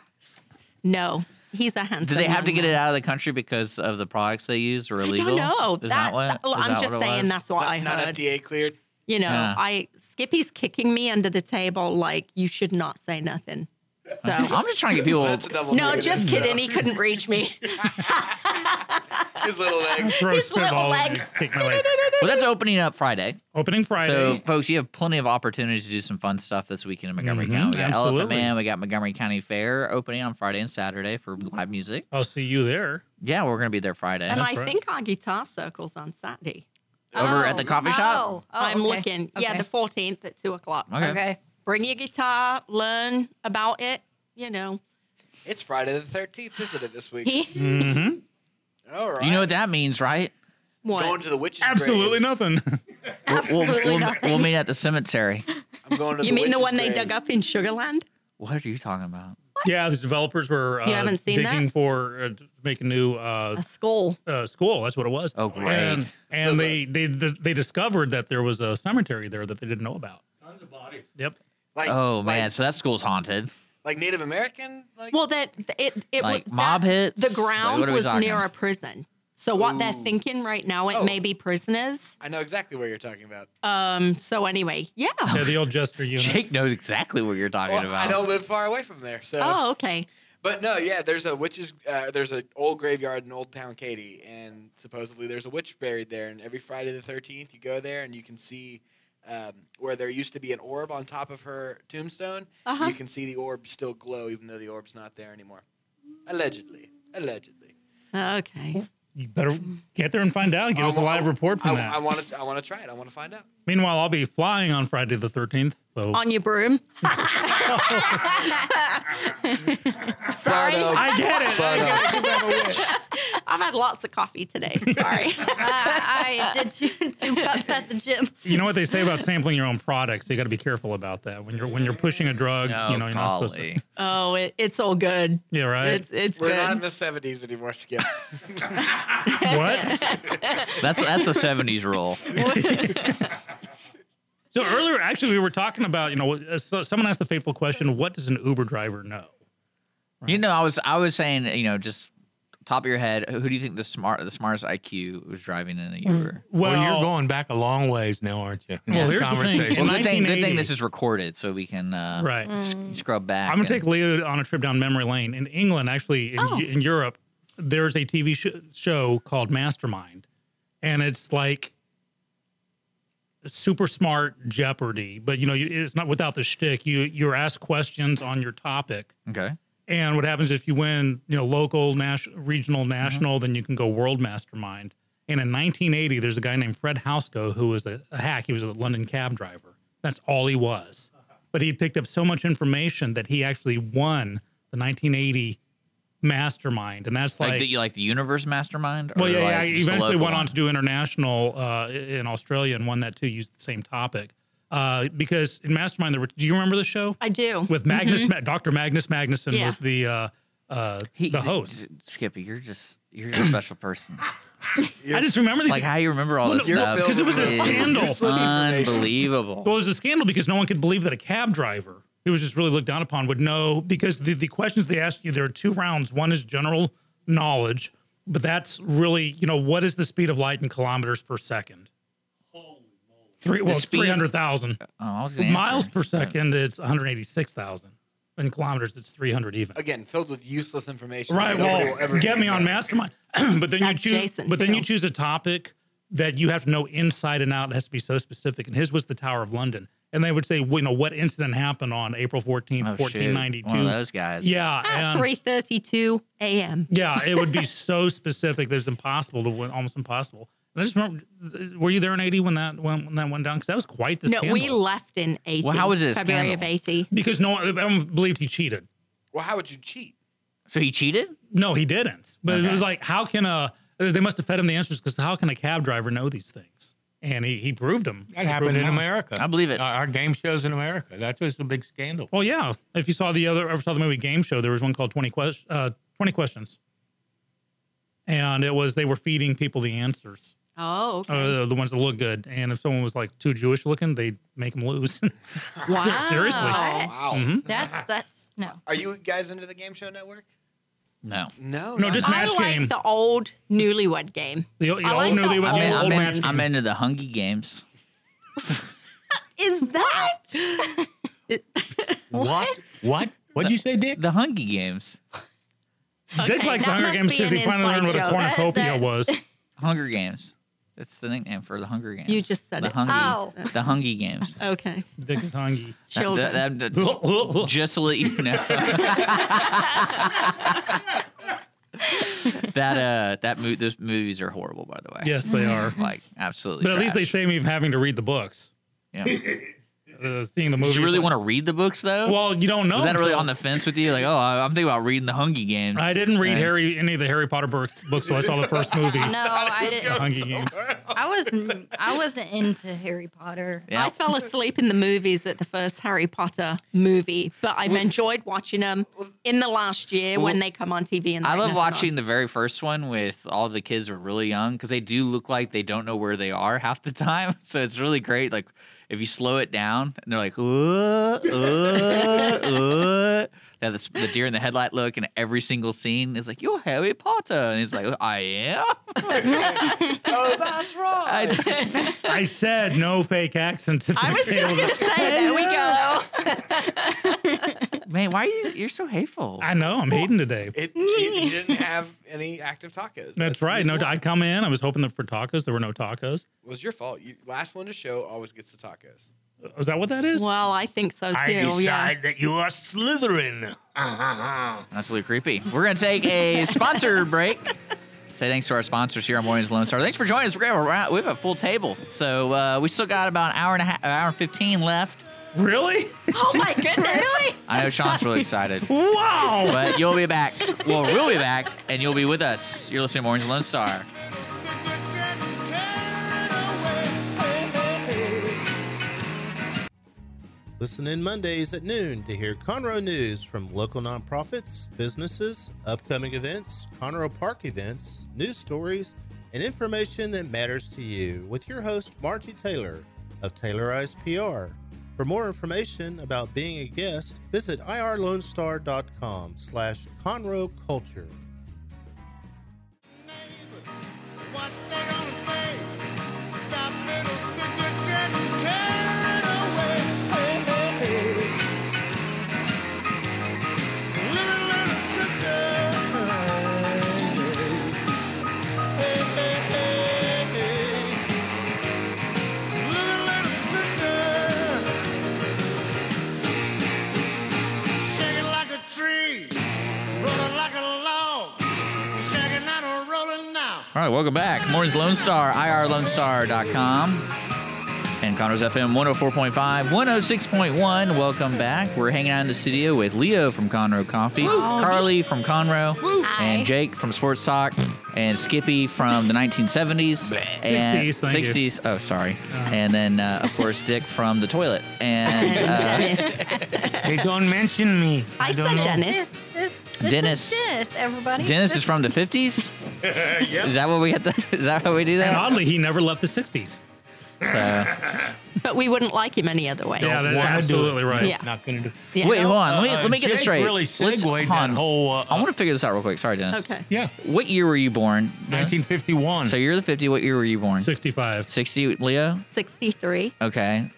No, he's a handsome.
Do they have to
young
get
man.
it out of the country because of the products they use or illegal?
I don't know.
Is that, what?
well,
is
I'm
that
just
what it
saying
was?
that's
It's
what
not,
I
not
heard.
FDA cleared.
You know,
Yeah.
I Skippy's kicking me under the table like you should not say nothing. So
I'm just trying to get people.
That's a double.
no,
negative,
just
so.
kidding. He couldn't reach me.
His little legs.
Throw
His little
spitball and
legs.
kick my legs.
well, that's opening up Friday.
Opening Friday.
So, folks, you have plenty of opportunities to do some fun stuff this weekend in Montgomery
Mm-hmm.
Mhm,
County. We got Elephant
absolutely.
Man, we got Montgomery County Fair opening on Friday and Saturday for live music.
I'll see you there.
Yeah, we're going to be there Friday.
and I
right.
think our guitar circle's on Saturday.
Over at the coffee shop?
Oh, oh,
I'm
okay.
looking. Yeah,
Okay.
the 14th at two o'clock.
Okay.
okay.
Bring your guitar, learn about it. You know,
It's Friday the thirteenth, isn't it? This week. All right.
You know what that means, right?
what?
Going to the witch's
Absolutely
grave.
nothing.
We'll,
Absolutely
we'll,
nothing.
we'll meet at the cemetery.
I'm going to
you
the
mean the
witch's
one they
grave.
dug up in Sugarland?
What are you talking about?
yeah, these developers were uh,
You haven't seen
digging
that?
for uh, to make a new uh,
A skull.
uh, school. That's what it was.
Oh, great.
And, and they, they they discovered that there was a cemetery there that they didn't know about.
Tons of bodies.
Yep.
Like,
Oh,
like-
man. so that school's haunted.
like Native American. Like,
Well, that it it
Like
was
mob
that-
hits?
The
Like,
ground
what are we
was
talking?
near a prison. So what they're thinking right now, it
Oh.
may be prisoners.
I know exactly what you're talking about.
Um. So anyway, yeah.
Yeah, the old Jester unit.
Jake knows exactly what you're talking
Well,
about.
I don't live far away from there, so.
Oh, okay.
But no, yeah, there's a witch's. Uh, there's an old graveyard in Old Town Katy, and supposedly there's a witch buried there. And every Friday the thirteenth, you go there and you can see um, where there used to be an orb on top of her tombstone.
Uh-huh.
You can see the orb still glow, even though the orb's not there anymore. Allegedly, allegedly.
Oh, Okay.
You better get there and find out. Give us a
wa-
live report from
I,
that.
I want to. I want to try it. I want to find out.
Meanwhile, I'll be flying on Friday the 13th. So
On your broom. Sorry,
Bardo.
I get it. I get
um,
it.
I've had lots of coffee today. Sorry.
I, I did two, two cups at the gym.
You know what they say about sampling your own products. You got to be careful about that when you're when you're pushing a drug.
No,
you know, you're not supposed to.
golly.
oh, it, it's all good.
Yeah, right.
It's it's
We're
good.
not in the seventies anymore, Skip.
what?
That's, that's the 70s rule.
So earlier, actually, we were talking about you know uh, so someone asked the fateful question: What does an Uber driver know?
You know, I was I was saying, you know, just top of your head, who do you think the smart the smartest IQ was driving in a
Mm.
Uber?
Well, you're going back a long ways now, aren't you?
Well, here's the thing.
conversation.
Well, good thing good
1980.
thing this is recorded so we can uh,
right.
Mm.
scrub back.
I'm gonna
and- Oh.
take Leo on a trip down memory lane in England. Actually, in, in Europe, there's a TV sh- show called Mastermind, and it's like super smart Jeopardy. But you know, you, it's not without the shtick. You you're asked questions on your topic,
Okay.
and what happens if you win? You know, local, national, regional,
Mm-hmm.
national, then you can go world mastermind. And in 1980, there's a guy named Fred Housego who was a, a hack. He was a London cab driver. That's all he was. But he picked up so much information that he actually won the 1980 mastermind. And that's
Like,
like,
the, you like the universe mastermind?
well,
Or
yeah,
like
yeah. I
just the
eventually
local
went on
one?
to do international uh, in Australia and won that too. Used the same topic uh, because in Mastermind there were. Do you remember the show
I do.
with Magnus? Ma- Dr. Magnus Magnuson
Yeah.
was the uh, uh,
He-
the host.
Skippy, you're just you're a special person.
I just remember these.
Like how you remember all
Well,
this
no,
stuff?
because it was a
is
scandal. Useless
information.
Unbelievable.
well, it was a scandal because no one could believe that a cab driver who was just really looked down upon would know because the, the questions they asked you there are two rounds. One is general knowledge, but that's really you know what is the speed of light in kilometers per second? Three, well,
speed-
three hundred thousand.
Oh, I was gonna
miles
answer.
per second it's 186,000 in kilometers it's 300 even
Again, filled with useless information.
right
that nobody will
well
ever
get me on
remember.
mastermind but then
That's
you choose
Jason,
but then you
too.
choose a topic that you have to know inside and out it has to be so specific and his was the tower of london and they would say well, you know what incident happened on april 14th
Oh, shoot.
1492
One of those guys.
yeah
At
and-
3:32 a.m.
yeah it would be so specific that it's impossible to win almost impossible and i just remember were you there in 80 when that when, that went down because that was quite the
No,
scandal
we left in 80.
Well, how was it a
February of
scandal?
80.
because no one believed he cheated
Well, how would you cheat?
So he cheated?
No, he didn't. But
Okay.
it was like, how can a? They must have fed him the answers because how can a cab driver know these things? And he he proved them.
That happened in America.
I believe it.
Our, our game shows in America. That was a big scandal.
Well, yeah. If you saw the other, ever saw the movie Game Show, there was one called Twenty Questions. Uh, Twenty Questions, and it was they were feeding people the answers,
Oh, okay.
uh, the ones that look good. And if someone was like too Jewish looking, they'd make them lose.
wow.
Oh, seriously.
What?
Wow.
Mm-hmm. Hmm?
That's that's no.
Are you guys into the game show network?
No.
No,
No,
not-
just-
I
Match
like
game.
the old newlywed game.
the old,
I like
old,
the
newly,
I'm,
old,
in,
old
I'm,
match.
in, I'm into the hungy games.
Is that?
What? What? What'd you say, Dick?
The hungy games.
Dick likes
that
Hunger
must
Games
be
because
an
he finally learned
inside
what a
joke.
cornucopia
That-
was.
Hunger Games. That's the nickname for the Hunger Games.
You just said
the
it.
Hungy,
Oh.
The Hungy Games.
okay.
Dick is hungry.
Children.
That- that- that- just to let you know. that uh, that mo- those movies are horrible, by the way.
yes, they are.
like absolutely.
But at least they save me from having to read the books.
Yeah. Did
Uh, seeing the movie.
you really want to read the books though?
Well, you don't know.
was that really
until-
on the fence with you? Like, oh, I- I'm thinking about reading the Hungy Games.
I didn't read
Right.
Harry any of the Harry Potter books, books till I saw the first movie.
No, I didn't.
Hunger Games.
I wasn't. I wasn't into Harry Potter.
Yeah.
I fell asleep in the movies at the first Harry Potter movie, but I've enjoyed watching them in the last year when they come on TV. And
I
they're
love
nothing
watching
on.
the very first one with all the kids are really young because they do look like they don't know where they are half the time. So it's really great. Like if you slow it down and they're like, uh, uh, uh. They have the, the deer in the headlight look in every single scene. It's like, you're Harry Potter. And he's like, I am.
oh, that's wrong.
I,
I said no fake accents. at
I
this
was just
table.
gonna say, there we go.
man, why are you you're so hateful?
I know. I'm hating today.
It, you, you didn't have any active tacos.
That's right. No, I
tacos.
come in. I was hoping that for tacos. There were no tacos.
It was your fault. You, last one to show always gets the tacos.
Is that what that is?
Well, I think so too. yeah.
that you are Slytherin.
That's really creepy. We're going to take a sponsor break. Say thanks to our sponsors here on Mornings with Lone Star. Thanks for joining us. We're gonna have a, round- we have a full table, so uh, we still got about an hour and a half, an hour and fifteen left.
really?
Oh my goodness. really?
I know Sean's really excited,
Wow.
but you'll be back. Well, we'll be back, and you'll be with us. You're listening to Mornings with Lone Star.
Listen in Mondays at noon to hear Conroe news from local nonprofits, businesses, upcoming events, Conroe Park events, news stories, and information that matters to you with your host, Margie Taylor of Taylorized PR. For more information about being a guest, visit irlonestar.com slash Conroe Culture.
What they gonna say? Stop little sister getting carried away. Hey, hey, hey. Little, little sister. Hey, hey, hey, hey.
right, welcome back. Morning's Lone Star, irlonestar.com. And Connors FM 104.5, 106.1. Welcome back. We're hanging out in the studio with Leo from Conroe Coffee, Carly from Conroe,
Hi.
and Jake from Sports Talk, and Skippy from the 1970s. and
60s, thank you. Uh-huh.
60s. Oh, sorry. And then, uh, of course, Dick from the toilet. And uh,
Dennis.
They don't mention me.
I said
don't know.
Dennis.
This, this, this
Dennis.
is Dennis, everybody.
Dennis
This-
is from the 50s. Is that what we had? To, is that what we do
And
that?
oddly, he never left the 60s.
So-
But we wouldn't like him any other way.
Yeah, that's
Wanna do
absolutely
it.
right.
Yeah.
Not gonna do.
Yeah.
Wait, hold on. Let me,
Uh,
let me get this
Jake
straight.
really
Let's-
segued
hold
that
on.
whole. Uh,
I want to figure this out real quick. Sorry, Dennis.
Okay.
Yeah,
What year were you born? Dennis?
1951.
So you're the 50. What year were you born?
65.
60, Leo?
63.
Okay.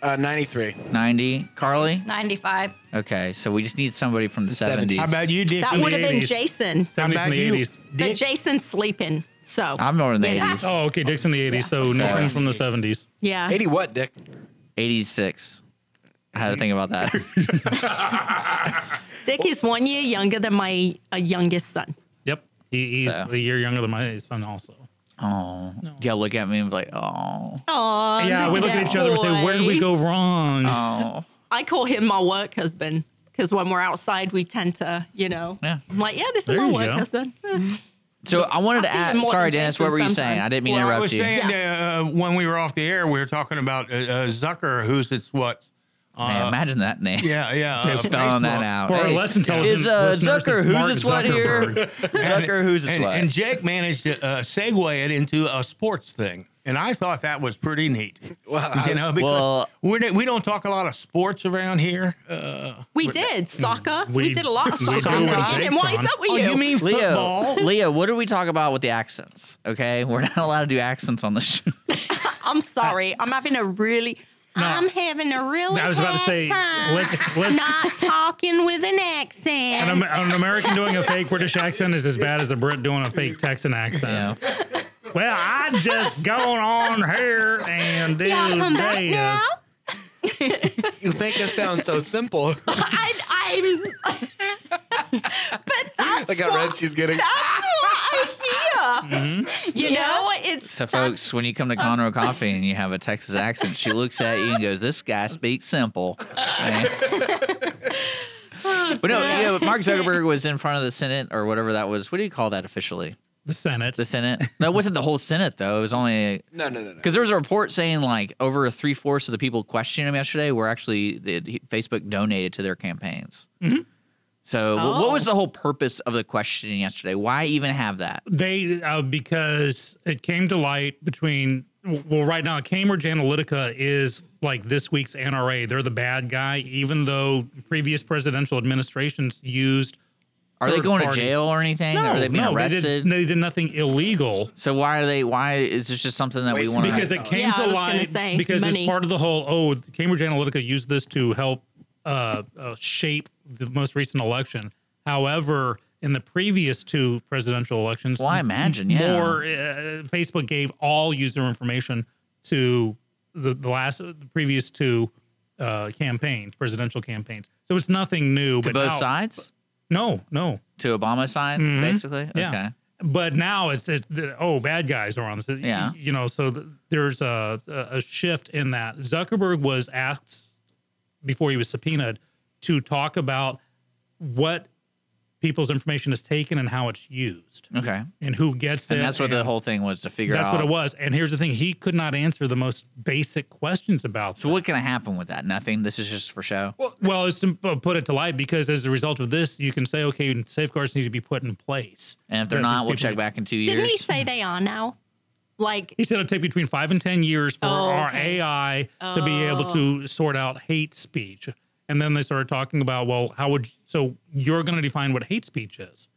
Uh, 93.
90, Carly?
95.
Okay. So we just need somebody from the,
The
70s.
70s.
How about you, Dick?
That would have been
80s.
Jason.
70s and the 80s.
But
Dick?
Jason's sleeping. So,
I'm more in the
Yeah.
80s.
Oh, okay. Dick's in the 80s, so Norton's from the 70s.
yeah.
80 what, Dick?
86. I had to think about that.
Dick is one year younger than my uh, youngest son.
Yep. He, he's
So.
a year younger than my son, also.
oh. Y'all look at me and be like, oh.
Oh,
yeah, we look at each other and say, where did we go wrong?
Oh.
I call him my work husband because when we're outside, we tend to, you know,
Yeah.
I'm like, yeah, this
There
is my
you
work
go.
husband. Eh.
So I wanted to
I see
ask.
them more
Sorry,
than
Dennis. What
Jason
were you saying?
sometimes.
I didn't mean
Well,
to
I
interrupt
was
you.
saying uh, when we were off the air, we were talking about uh, uh, Zucker, who's it's what? Uh,
Man, imagine that name.
yeah, yeah. Uh,
Spelling that
Facebook.
out.
For our less intelligent
Is uh,
listeners,
Zucker
it's
who's
Mark
a sweat here?
Zuckerberg.
Zucker who's a
and,
sweat.
and Jake managed to uh, segue it into a sports thing, and I thought that was pretty neat.
Well,
you
I-
know, because
Well-
we're, not- we don't talk a lot of sports around here. Uh,
We did soccer. We,
Mm. We-
did a lot of
we
soccer.
did
And
with Jason.
why is that with
oh,
you?
you mean
Leo,
football?
Leo, what do we talk about with the accents? Okay, we're not allowed to do accents on the show.
I'm sorry. I'm having a really. I'm having a really
I was about to
hard
say,
time
let's- let's-
not talking with an
An,
accent.
Am- an American doing a fake British accent is as bad as a Brit doing a fake Texan accent. Well, I just going on here and do
Y'all come back
this.
now.
You think it sounds so simple.
I, I'm. but that's
Look how red she's getting.
That's what I hear.
Mm-hmm.
You know, it's
So, folks, when you come to Conroe Coffee and you have a Texas accent, she looks at you and goes, "This guy speaks simple." Okay? but no, you know, Mark Zuckerberg was in front of the Senate or whatever that was. What do you call that officially?
The Senate.
The Senate? No, it wasn't the whole Senate though. It was only
No, no, no, no.
Because there was a report saying like over three fourths of the people questioning him yesterday were actually they, he- Facebook donated to their campaigns.
Mm-hmm.
So wh- what
Oh.
was the whole purpose of the questioning yesterday? Why even have that?
They uh, because it came to light between well, right now Cambridge Analytica is like this week's NRA. They're the bad guy, even though previous presidential administrations used.
Are they
third
going
party-
to jail or anything?
No,
are they being
no,
arrested?
They did, they did nothing illegal
so why are they? Why is this just something that we
Waste
want
because
to?
it came
Yeah, I
to
was gonna
light
say,
because
money.
it's part of the whole. Oh, Cambridge Analytica used this to help uh, uh, shape the most recent election. However, in the previous two presidential elections,
Well, I imagine, yeah.
more uh, Facebook gave all user information to the, the last uh, the previous two uh, campaigns, presidential campaigns. So it's nothing new.
To
but
both
now-
sides?
No, no.
To Obama's side, basically.
Mm-hmm. Yeah.
Okay.
But now it's, it's the, oh, bad guys are on this.
Yeah.
You know, so th- there's a, a a shift in that. Zuckerberg was asked before he was subpoenaed to talk about what people's information is taken and how it's used
Okay.
and who gets it.
And that's what the
and
whole thing was to figure
That's
out.
what it was. And here's the thing he could not answer the most basic questions about
So what can happen with that? Nothing. This is just for show.
Well, it's to p- put it to light because as a result of this, you can say, okay, safeguards need to be put in place.
and if they're
That
not,
these
we'll
people-
check back in two years.
didn't he say they are now? Like,
He said it'll take between five and 10 years for
Oh,
our
okay. Oh.
AI to be able to sort out hate speech. And then they started talking about, well, how would so you're going to define what hate speech is?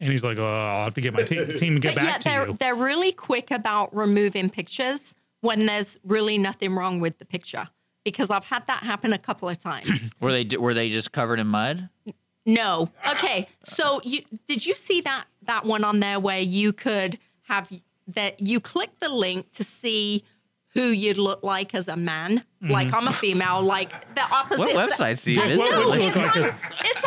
And he's like, oh, I'll have to get my te- team to get
but
back
yet they're
to you.
they're really quick about removing pictures when there's really nothing wrong with the picture because I've had that happen a couple of times.
Were they were they just covered in mud?
no, okay. So you did you see that that one on there where you could have that you click the link to see who you'd look like as a man? Like I'm a female. Like the opposite.
What websites do you
Mm-hmm. What-
visit?
what
No,
would you look
it's
like
on,
as-
it's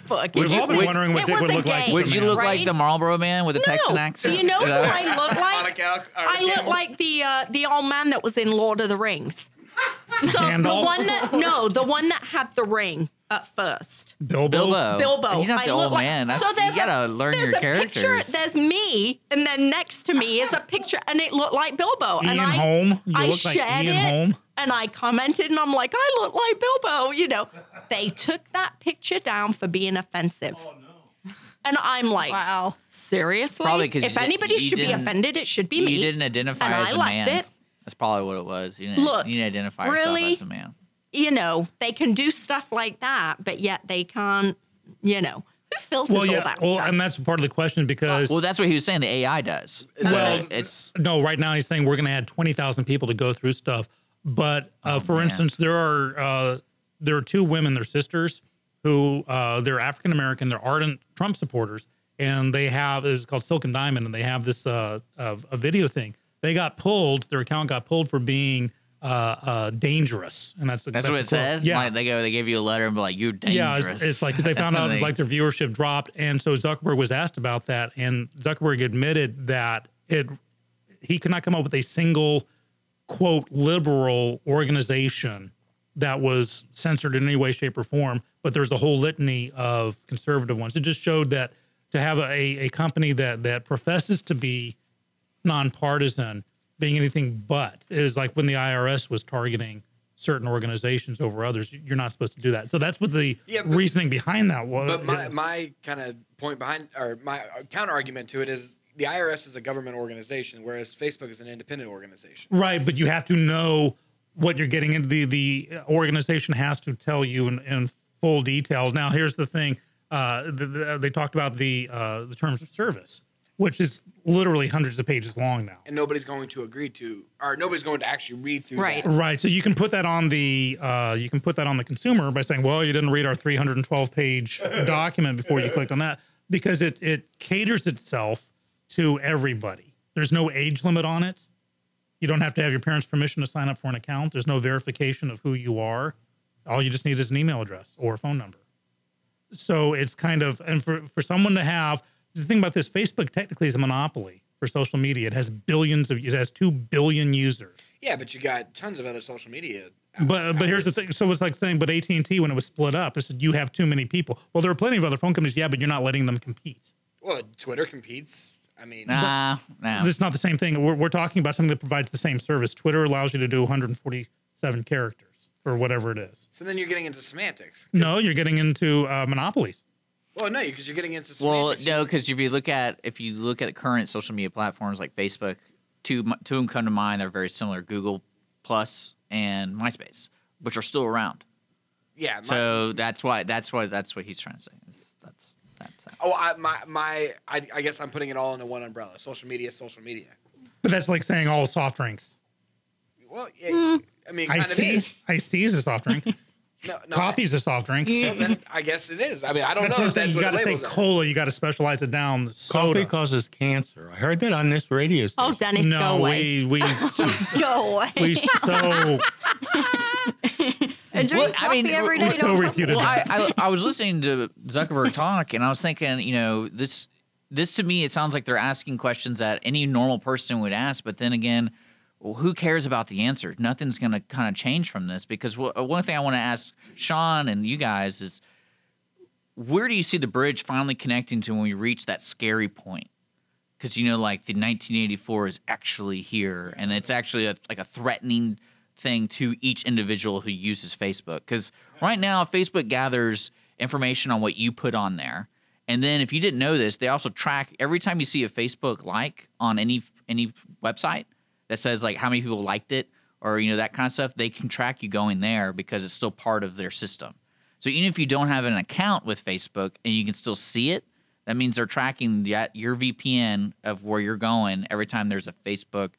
on Facebook.
We've
It
all been
wasn't-
wondering what
it
Dick would
wasn't
look like
gay,
to
Would you look like
right?
the Marlboro Man with a Texan
No.
accent?
Do you know who
Yeah.
I look like?
Monica, or
I look
Campbell?
like the uh, the old man that was in Lord of the Rings. So the
Gandalf?
one that no, the one that had the ring at first.
Bilbo.
Bilbo.
Bilbo.
He's not the
I look
old
like-
man. That's,
So
you
there's a-
gotta learn
There's
your
a picture.
characters.
There's me, and then next to me is a picture, and it looked like Bilbo.
Ian
and I,
Holm. You
I
look like
shared
Ian
it,
Holm.
and I commented, and I'm like, I look like Bilbo. You know, they took that picture down for being offensive.
Oh,
And I'm like,
Wow.
seriously?
Probably 'cause
if
you-
anybody
you
should be
didn't-
offended, it should be
you
me.
didn't identify
and
as
I
a
left
man.
it.
That's probably what it was. You didn't,
Look,
you didn't identify yourself
really?
as a man.
you know, they can do stuff like that, but yet they can't, you know, who filters
Well,
all
yeah.
that
Well,
stuff?
and that's part of the question because
Well, that's what he was saying. The AI does. So
Well,
it's
no, right now he's saying we're going to add twenty thousand people to go through stuff. But
Oh,
uh, for instance, there are uh, there are two women, they're sisters, who uh, they're African American, they're ardent Trump supporters, and they have is called Silk and Diamond, and they have this uh, uh, a video thing. They got pulled, their account got pulled for being uh, uh, dangerous, and that's
that's
the
what it
quote.
says.
Yeah,
Like, they go, they give you a letter and be like, "You're
yeah, it's,
dangerous."
it's like 'cause they found out
They-
like their viewership dropped, and so Zuckerberg was asked about that, and Zuckerberg admitted that it he could not come up with a single quote liberal organization that was censored in any way, shape, or form. But there's a whole litany of conservative ones. It just showed that to have a, a company that that professes to be nonpartisan being anything but is like when the IRS was targeting certain organizations over others. You're not supposed to do that. So that's what the
Yeah, but-
reasoning behind that was.
But my, my kind of point behind or my counter argument to it is the IRS is a government organization, whereas Facebook is an independent organization.
right, but you have to know what you're getting into. The the organization has to tell you in, in full detail. Now, here's the thing: uh, the, the, they talked about the uh, the terms of service, which is literally hundreds of pages long now.
And nobody's going to agree to, or nobody's going to actually read through
Right.
that.
Right. So you can put that on the uh, you can put that on the consumer by saying, "Well, you didn't read our 312 page document before you clicked on that," because it it caters itself to everybody. There's no age limit on it. You don't have to have your parents' permission to sign up for an account. There's no verification of who you are. All you just need is an email address or a phone number. So it's kind of and for for someone to have the thing about this, Facebook technically is a monopoly for social media. It has billions of it has two billion users.
Yeah, but you got tons of other social media.
But but here's the thing. So it's like saying, but AT and T when it was split up, it said you have too many people. Well, there are plenty of other phone companies. Yeah, but you're not letting them compete.
Well, Twitter competes. I mean,
nah, nah.
It's not the same thing. We're, we're talking about something that provides the same service. Twitter allows you to do 147 characters or whatever it is.
so then you're getting into semantics.
No, you're getting into uh, monopolies.
Well, no, because you're getting into
Well,
semantics.
no, because if you look at if you look at current social media platforms like Facebook, two m- two of them come to mind. They're very similar: Google Plus and MySpace, which are still around.
yeah. My,
So that's why that's why that's what he's trying to say. That's that's.
oh, I, my my. I, I guess I'm putting it all into one umbrella: social media, social media.
But that's like saying all soft drinks.
Well, yeah, I mean, it kind
Iced
of
tea,
is.
iced tea is a soft drink.
No, no,
Coffee's a soft drink.
Well, then I guess it is. I mean, I don't
That's
know
what I'm
if
saying.
that's
You
what
got
it
to say
labels are.
cola. You got to specialize it down.
Coffee
Soda.
causes cancer. I heard that on this radio station.
oh, Dennis, go
No,
away.
we we
Go away.
we so
I drink
Well, I
coffee
mean, we're
every day.
we so
don't-
refuted
Well,
that.
I, I I was listening to Zuckerberg talk, and I was thinking, you know, this this to me it sounds like they're asking questions that any normal person would ask, but then again, well, who cares about the answer? Nothing's going to kind of change from this because wha- one thing I want to ask Sean and you guys is where do you see the bridge finally connecting to when we reach that scary point? Because you know, like the 1984 is actually here, and it's actually a, like a threatening thing to each individual who uses Facebook. Because right now, Facebook gathers information on what you put on there, and then if you didn't know this, they also track every time you see a Facebook like on any any website that says like how many people liked it or you know that kind of stuff. They can track you going there because it's still part of their system. So even if you don't have an account with Facebook and you can still see it, that means they're tracking the, your VPN of where you're going every time there's a Facebook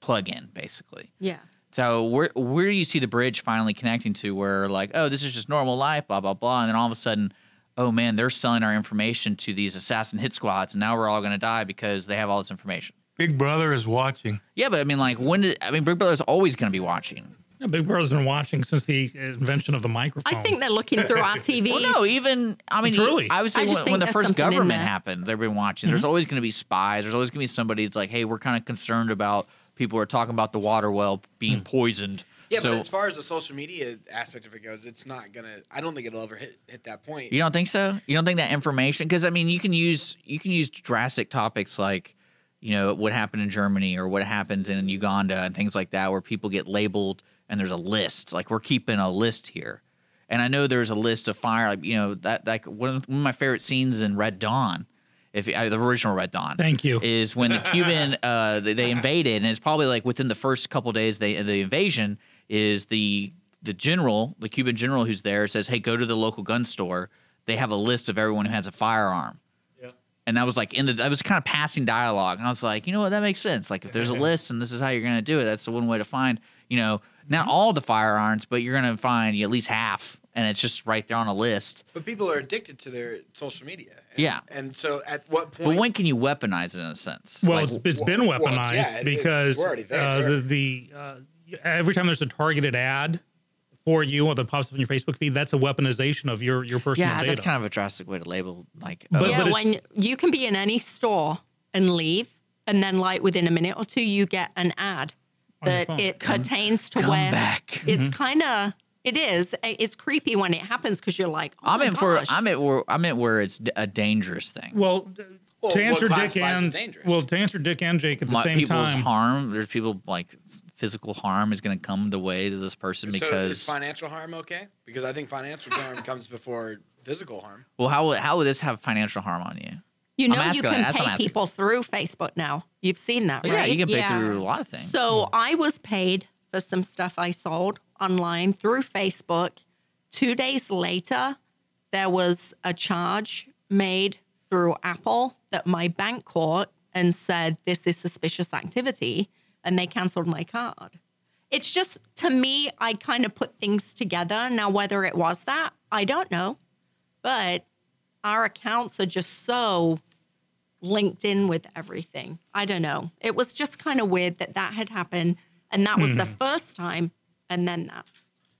plugin, basically.
yeah.
So where where do you see the bridge finally connecting to where like, oh, this is just normal life, blah blah blah, and then all of a sudden, oh man, they're selling our information to these assassin hit squads, and now we're all going to die because they have all this information.
Big Brother is watching.
Yeah, but I mean, like, when did I mean, Big Brother's always going to be watching.
Yeah, Big Brother's been watching since the invention of the microphone.
I think they're looking through our TVs.
Well, no, even I mean,
Truly.
I would say
I just
when,
think
when the
there's
first
something Mm-hmm. in
government
there.
happened, they've been watching. There's always going to be spies. There's always going to be somebody that's like, "Hey, we're kind of concerned about people are talking about the water well being poisoned."
Mm. Yeah,
so
but as far as the social media aspect of it goes, it's not gonna. I don't think it'll ever hit hit that point.
you don't think so? You don't think that information? Because I mean, you can use you can use drastic topics like you know what happened in Germany or what happens in Uganda and things like that, where people get labeled and there's a list. Like we're keeping a list here. And I know there's a list of fire, like you know that like one of, one of my favorite scenes in Red Dawn, if you- uh, the original Red Dawn.
Thank you.
is when the Cuban uh, they, they invaded, and it's probably like within the first couple days they the invasion is the the general, the Cuban general who's there says, "Hey, go to the local gun store. They have a list of everyone who has a firearm." And that was like in the that was kind of passing dialogue, and I was like, you know what, that makes sense. Like if there's a list and this is how you're gonna do it, that's the one way to find you know not all the firearms, but you're gonna find at least half, and it's just right there on a list.
But people are addicted to their social media. And,
Yeah.
And so, at what point?
But when can you weaponize it in a sense?
Well,
Like,
it's, it's been
well,
weaponized
well, yeah, it- it-
because
we're already there,
uh,
we're-
the, the uh, every time there's a targeted ad for you or that pops up on your Facebook feed, that's a weaponization of your your personal
yeah,
data.
that's kind of a drastic way to label like.
But-
uh,
yeah,
it's-
when you can be in any store and leave, and then like within a minute or two, you get an ad
On your
that
phone.
it pertains to
come
where
back. Mm-hmm.
it's kind of it is. It's creepy when it happens because you're like, oh
I'm
my
in for
gosh.
I'm at where I'm at where it's d- a dangerous thing.
well, uh,
Well,
to
what
answer Dick
classifies as
and
dangerous?
well, to answer Dick and Jake at the
My-
same
people's
time,
harm. There's people like physical harm is going to come the way to this person
so
because
is financial harm okay? Because I think financial harm comes before physical harm.
well, how would how would this have financial harm on you?
you know,
asking
you
that,
can
that's what I'm
pay
asking.
people through Facebook now. You've seen that,
Yeah,
right?
you can pay
Yeah.
through a lot of things.
So I was paid for some stuff I sold online through Facebook. Two days later, there was a charge made through Apple that my bank caught and said, This is suspicious activity. And they canceled my card. It's just to me, I kind of put things together. Now, whether it was that, I don't know. But our accounts are just so linked in with everything. I don't know. It was just kind of weird that that had happened. And that was the first time. And then that.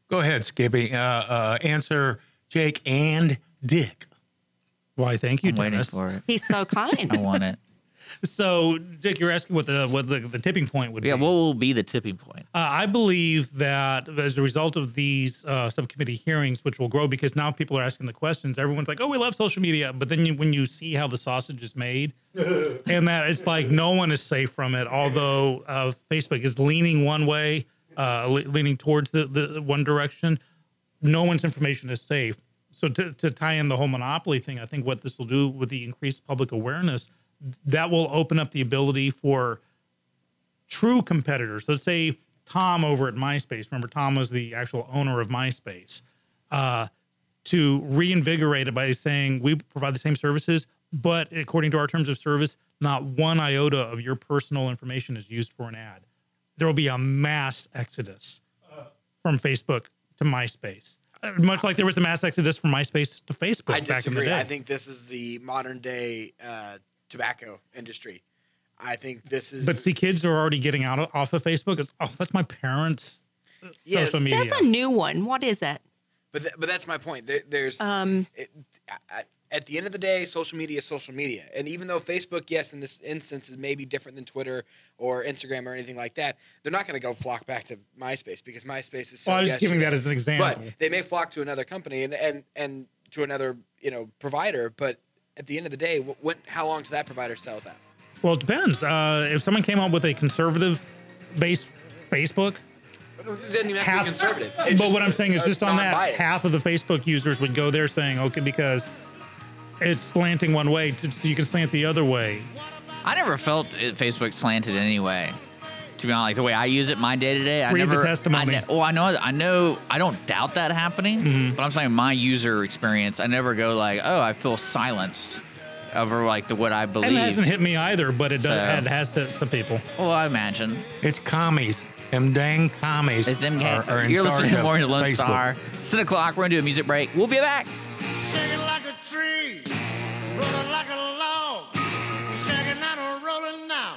Go ahead, Skippy. Uh, uh, answer Jake and Dick.
why? Thank you,
I'm waiting
Dennis.
for it.
He's so
I
kind.
want it.
So, Dick, you're asking what the what the, the tipping point would
Yeah,
be.
what will be the tipping point?
Uh, I believe that as a result of these uh, subcommittee hearings, which will grow because now people are asking the questions, everyone's like, oh, we love social media. But then you, when you see how the sausage is made, and that it's like no one is safe from it, although uh, Facebook is leaning one way, uh, le- leaning towards the, the one direction, no one's information is safe. So, to, to tie in the whole monopoly thing, I think what this will do with the increased public awareness, that will open up the ability for true competitors. Let's say Tom over at MySpace. Remember, Tom was the actual owner of MySpace. Uh, to reinvigorate it by saying we provide the same services, but according to our terms of service, not one iota of your personal information is used for an ad. There will be a mass exodus from Facebook to MySpace, Uh, much like there was a mass exodus from MySpace to Facebook
I
back in the
disagree.
day.
I think this is the modern day uh, tobacco industry. I think this is.
but see, kids are already getting out of, off of Facebook. It's oh, that's my parents'
Yes.
social media.
There's a new one. What is it?
But th- but that's my point. There, there's
Um,
it, I, I- at the end of the day, social media is social media, and even though Facebook, yes, in this instance, is maybe different than Twitter or Instagram or anything like that, they're not going to go flock back to MySpace because MySpace is. So
Well, I was just giving that
yesterday.
as an example.
But they may flock to another company and and and to another you know provider, but. At the end of the day, wh- when, how long till that provider sells out?
Well, it depends. Uh, if someone came up with a conservative based Facebook,
It doesn't even have
half
to be conservative. It
But
just-
what I'm saying is,
uh,
just on that,
non-biased.
half of the Facebook users would go there saying, "Okay," because it's slanting one way, t- so you can slant the other way.
I never felt it, Facebook slanted anyway. To be honest, like the way I use it, my day to day, I
Read the
never.
testimony. Mm-hmm.
I, ne- well, I know, I know, I don't doubt that happening, but I'm saying my user experience, I never go like, oh, I feel silenced over like the what I believe.
And it hasn't hit me either, but it does.
So-
It has to some people.
well, I imagine
It's commies. Them dang commies.
it's them
are- are in
You're listening
charge
to
of
Morning Lone
Facebook.
Star. Six o'clock. We're gonna do a music break. We'll be back.
Shaking like a tree, rolling like a log, shaking and a rolling now.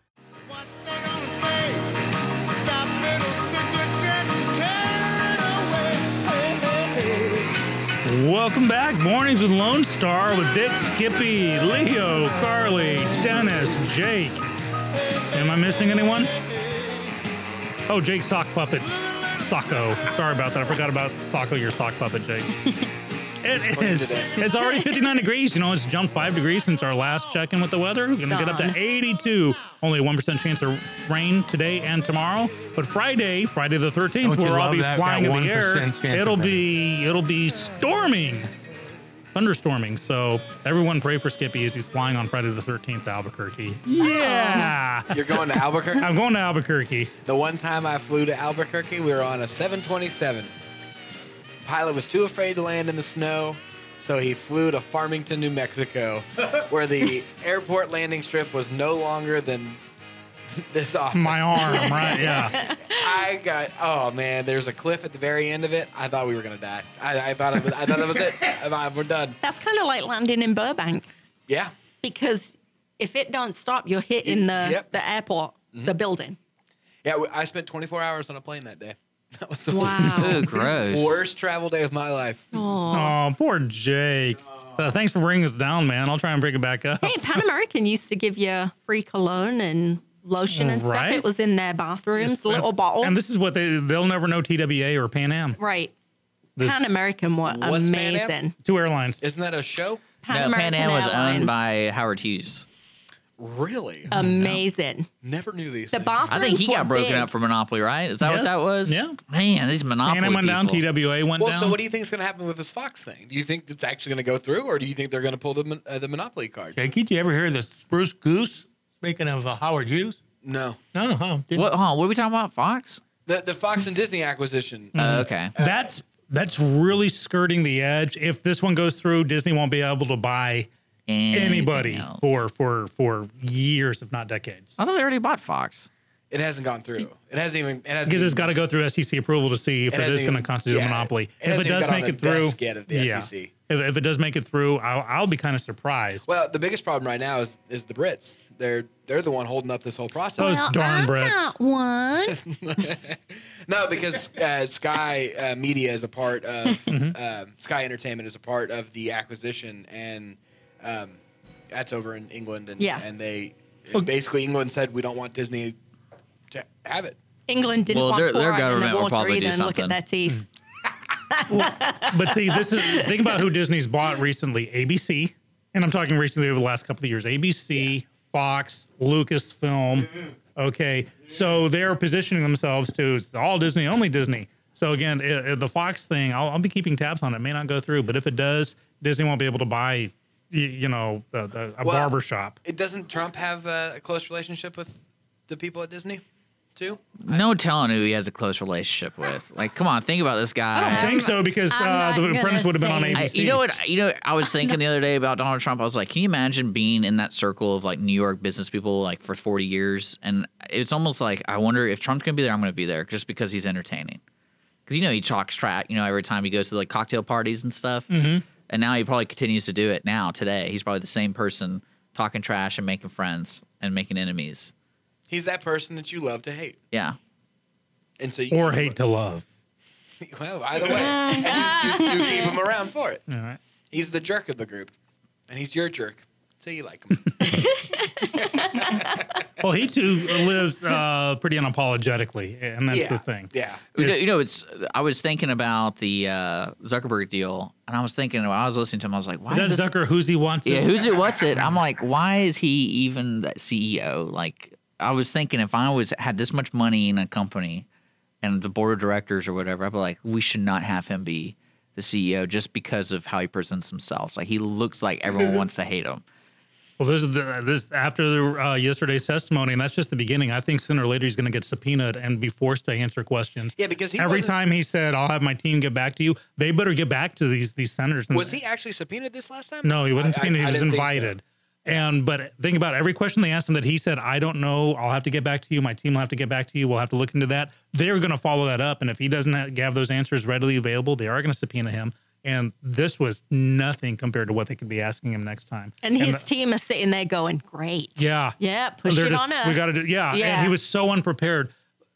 Welcome back. Mornings with Lone Star with Dick, Skippy, Leo, Carly, Dennis, Jake. Am I missing anyone? Oh, Jake Sock Puppet. Socko. Sorry about that. I forgot about Socko, your sock puppet, Jake. It is. It's already 59 degrees. You know, it's jumped five degrees since our last check in with the weather. We're going to get up
Dawn.
to 82. Only a 1% chance of rain today and tomorrow. But Friday, Friday the 13th,
Don't Oh, you
we'll all
love
be
that?
flying
Got
in the
1% chance
air.
of
It'll
rain.
be it'll be storming, thunderstorming. So everyone pray for Skippy as he's flying on Friday the 13th to Albuquerque. Yeah.
You're going to Albuquerque?
I'm going to Albuquerque.
The one time I flew to Albuquerque, we were on a 727. Pilot was too afraid to land in the snow, so he flew to Farmington, New Mexico, where the airport landing strip was no longer than this office.
My arm, right? Yeah.
I got oh man, there's a cliff at the very end of it. I thought we were gonna die. I, I thought it was, I thought that was it. I thought we're done.
That's kind of like landing in Burbank
Yeah,
because if it don't stop, you're hitting the
Yep.
the airport, the building.
yeah. we- I spent 24 hours on a plane that day. That was the
Wow.
Ooh, gross.
worst travel day of my life.
Oh, poor Jake. Uh, thanks for bringing us down, man. I'll try and bring it back up.
Hey, Pan American used to give you free cologne and lotion and stuff.
Right.
It was in their bathrooms, little bottles.
And this is what they, they'll never know TWA or Pan Am.
right.
This-
Pan American were
What's Pan Am?
amazing.
Two airlines.
Isn't that a show?
No, Pan Am was owned
Airlines.
by Howard Hughes.
Really?
Amazing.
Never knew these.
Uh, The
things.
bathrooms.
I think he got
were
broken
big.
up for Monopoly, right? Is that
Yeah.
what that was?
Yeah.
Man, these Monopoly
Pan Am went down,
people.
TWA went
Well,
down.
so what do you think is going to happen with this Fox thing? Do you think it's actually going to go through, or do you think they're going to pull the mon- uh, the Monopoly card?
Jake, did you ever hear the spruce goose? Speaking of uh, Howard Hughes,
No,
no, no, huh? Didn't-
What, huh, what are we talking about? Fox?
the the Fox and Disney acquisition.
Mm.
Oh, okay.
that's that's really skirting the edge. If this one goes through, Disney won't be able to buy
Anything
anybody
else.
for for for years, if not decades,
I thought they already bought Fox.
It hasn't gone through. It hasn't even. It hasn't.
because it's
even-
got to go through SEC approval to see if
It
it
hasn't
is going to
even-
constitute
yeah,
a monopoly.
it
if
hasn't
it
even
does
got on
make
the
it through,
desk yet of the
yeah. If,
SEC.
if it does make it through, I'll, I'll be kind of surprised.
Well, the biggest problem right now is is the Brits. They're they're the one holding up this whole process.
Those darn Brits.
One.
No, because uh, Sky uh, Media is a part of
Mm-hmm.
um, Sky Entertainment is a part of the acquisition, and um, that's over in England. And
Yeah.
and they basically England said we don't want Disney to have it.
England didn't
Well,
want
their-
fluoride
their
in
government
the
will
water
probably do
either. And look
something.
at their teeth.
But see, this is think about who Disney's bought recently: ABC, and I'm talking recently over the last couple of years. ABC, Fox, Lucasfilm. Okay, so they're positioning themselves to it's all Disney, only Disney. So again, i i the Fox thing, I'll, I'll be keeping tabs on it. It May not go through, but if it does, Disney won't be able to buy, y- you know, a, a, a
Well-
barber shop.
It doesn't Trump have uh, a close relationship with the people at Disney, too?
No telling who he has a close relationship with. Like, come on, think about this guy.
I think so because
I'm
uh,
not
the
gonna
apprentice would have been on
say-
ABC.
I, you know what? You know, I was thinking the other day about Donald Trump. I was like, can you imagine being in that circle of like New York business people like for 40 years? And it's almost like I wonder if Trump's gonna be there. I'm gonna be there just because he's entertaining. Because you know he talks trash. You know every time he goes to like cocktail parties and stuff. Mm-hmm. And now he probably continues to do it. Now today, he's probably the same person talking trash and making friends and making enemies.
He's that person that you love to hate,
Yeah.
and so you
or hate to love.
Well, either way, and you, you, you keep him around for it.
All right.
He's the jerk of the group, and he's your jerk, so you like him.
Well, he too lives uh, pretty unapologetically, and that's
yeah.
the thing.
Yeah.
You know,
It's-
you know, it's. I was thinking about the uh, Zuckerberg deal, and I was thinking when I was listening to him, I was like, "Why
Is that
this-
Zucker who's he wants?
Yeah, who's it? What's it? I'm like, why is he even that CEO? Like, I was thinking if I was had this much money in a company, and the board of directors or whatever, I'd be like, we should not have him be E the CEO just because of how he presents himself. Like, he looks like everyone wants to hate him.
Well, this is the, uh, this after the, uh, yesterday's testimony, and that's just the beginning. I think sooner or later he's going to get subpoenaed and be forced to answer questions.
Yeah, because he
every
wasn't-
time he said, "I'll have my team get back to you," they better get back to these these senators. And-
Was he actually subpoenaed this last time?
No, he wasn't
I- I-
subpoenaed.
I
He was
didn't think so.
invited. And but think about it, every question they asked him that he said, "I don't know. I'll have to get back to you. My team will have to get back to you. We'll have to look into that." They're going to follow that up, and if he doesn't ha- have those answers readily available, they are going to subpoena him. And this was nothing compared to what they could be asking him next time.
And his
the-
team is sitting there going, great.
yeah,
Yeah, push
They're
it
just-
on us.
We got to do. Yeah. and he was so unprepared.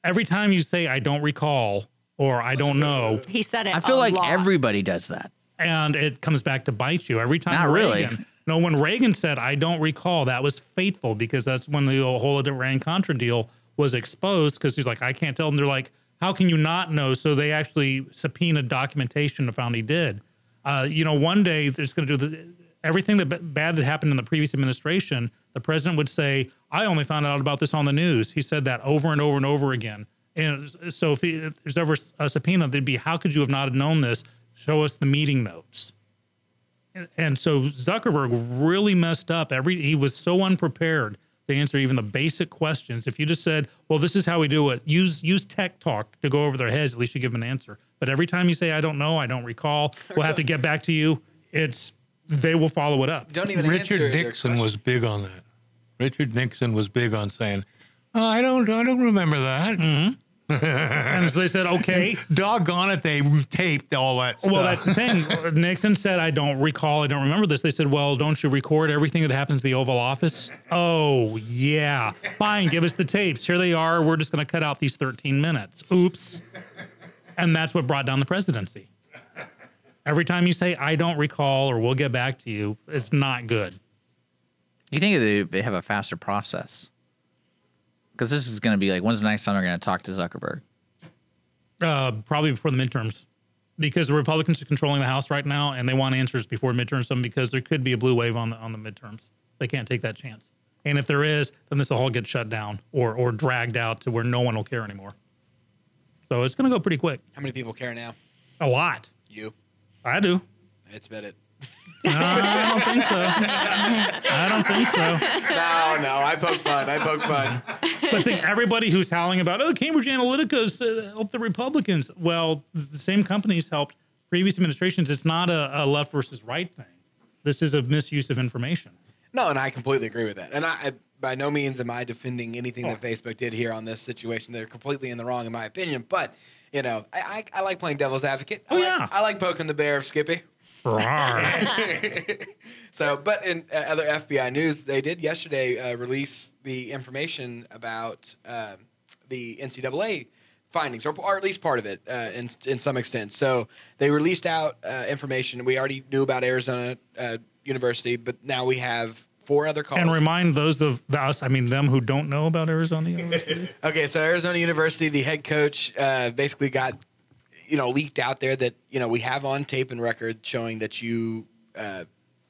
Every time you say, "I don't recall" or "I don't know,"
He said it.
I feel
a
like
lot.
Everybody does that.
and it comes back to bite you every time.
Not really.
Reagan- No, when Reagan said, "I don't recall," that was fateful because that's when the whole Iran Contra deal was exposed. Because he's like, "I can't tell," and they're like, "How can you not know?" So they actually subpoenaed documentation to found he did. Uh, you know, one day it's going to do the, everything that b- bad that happened in the previous administration. The president would say, "I only found out about this on the news." He said that over and over and over again. And so, if, he, if there's ever a subpoena, they'd be, "How could you have not known this?" Show us the meeting notes. And- and so Zuckerberg really messed up. Every he was so unprepared to answer even the basic questions. If you just said, "Well, this is how we do it," use use tech talk to go over their heads. At least you give them an answer. But every time you say, "I don't know," "I don't recall," "We'll have to get back to you," it's they will follow it up.
Richard Nixon was big on that. Richard Nixon was big on saying, "Oh, "I don't, I don't remember that."
Hmm.
and so they said, "Okay."
Doggone it, they taped all that. Stuff.
Well, that's the thing. Nixon said, I don't recall, I don't remember this. They said, Well, don't you record everything that happens in the Oval Office? Oh, yeah. Fine, give us the tapes. Here they are. We're just going to cut out these 13 minutes. Oops. And that's what brought down the presidency. Every time you say, I don't recall, or we'll get back to you, it's not good.
You think they, they have a faster process? Because this is going to be like, when's the next time they're going to talk to Zuckerberg?
Uh, probably before the midterms, because the Republicans are controlling the House right now, and they want answers before midterms. Some because there could be a blue wave on the on the midterms. They can't take that chance. And if there is, then this will all get shut down or or dragged out to where no one will care anymore. So it's going to go pretty quick.
How many people care now?
A lot.
You.
I do. Uh,
That's about it.
I don't think so. I don't think so.
No, no, I poke fun. I poke fun.
But think everybody who's howling about oh Cambridge Analytica's uh, helped the Republicans. Well, the same companies helped previous administrations. It's not a, a left versus right thing. This is a misuse of information.
No, and I completely agree with that. And I, I by no means am I defending anything
Oh.
that Facebook did here on this situation. They're completely in the wrong, in my opinion. But you know, I, I, I like playing devil's advocate. Oh I like, yeah, I like poking the bear of Skippy. so, but in uh, other FBI news, they did yesterday uh, release the information about um the NCAA findings, or, or at least part of it, uh, in in some extent. So they released out uh, information we already knew about Arizona uh, University, but now we have four other colleges.
And remind those of the, us, I mean them who don't know about Arizona University.
Okay, so Arizona University, the head coach uh, basically got, you know, leaked out there that you know we have on tape and record showing that you uh,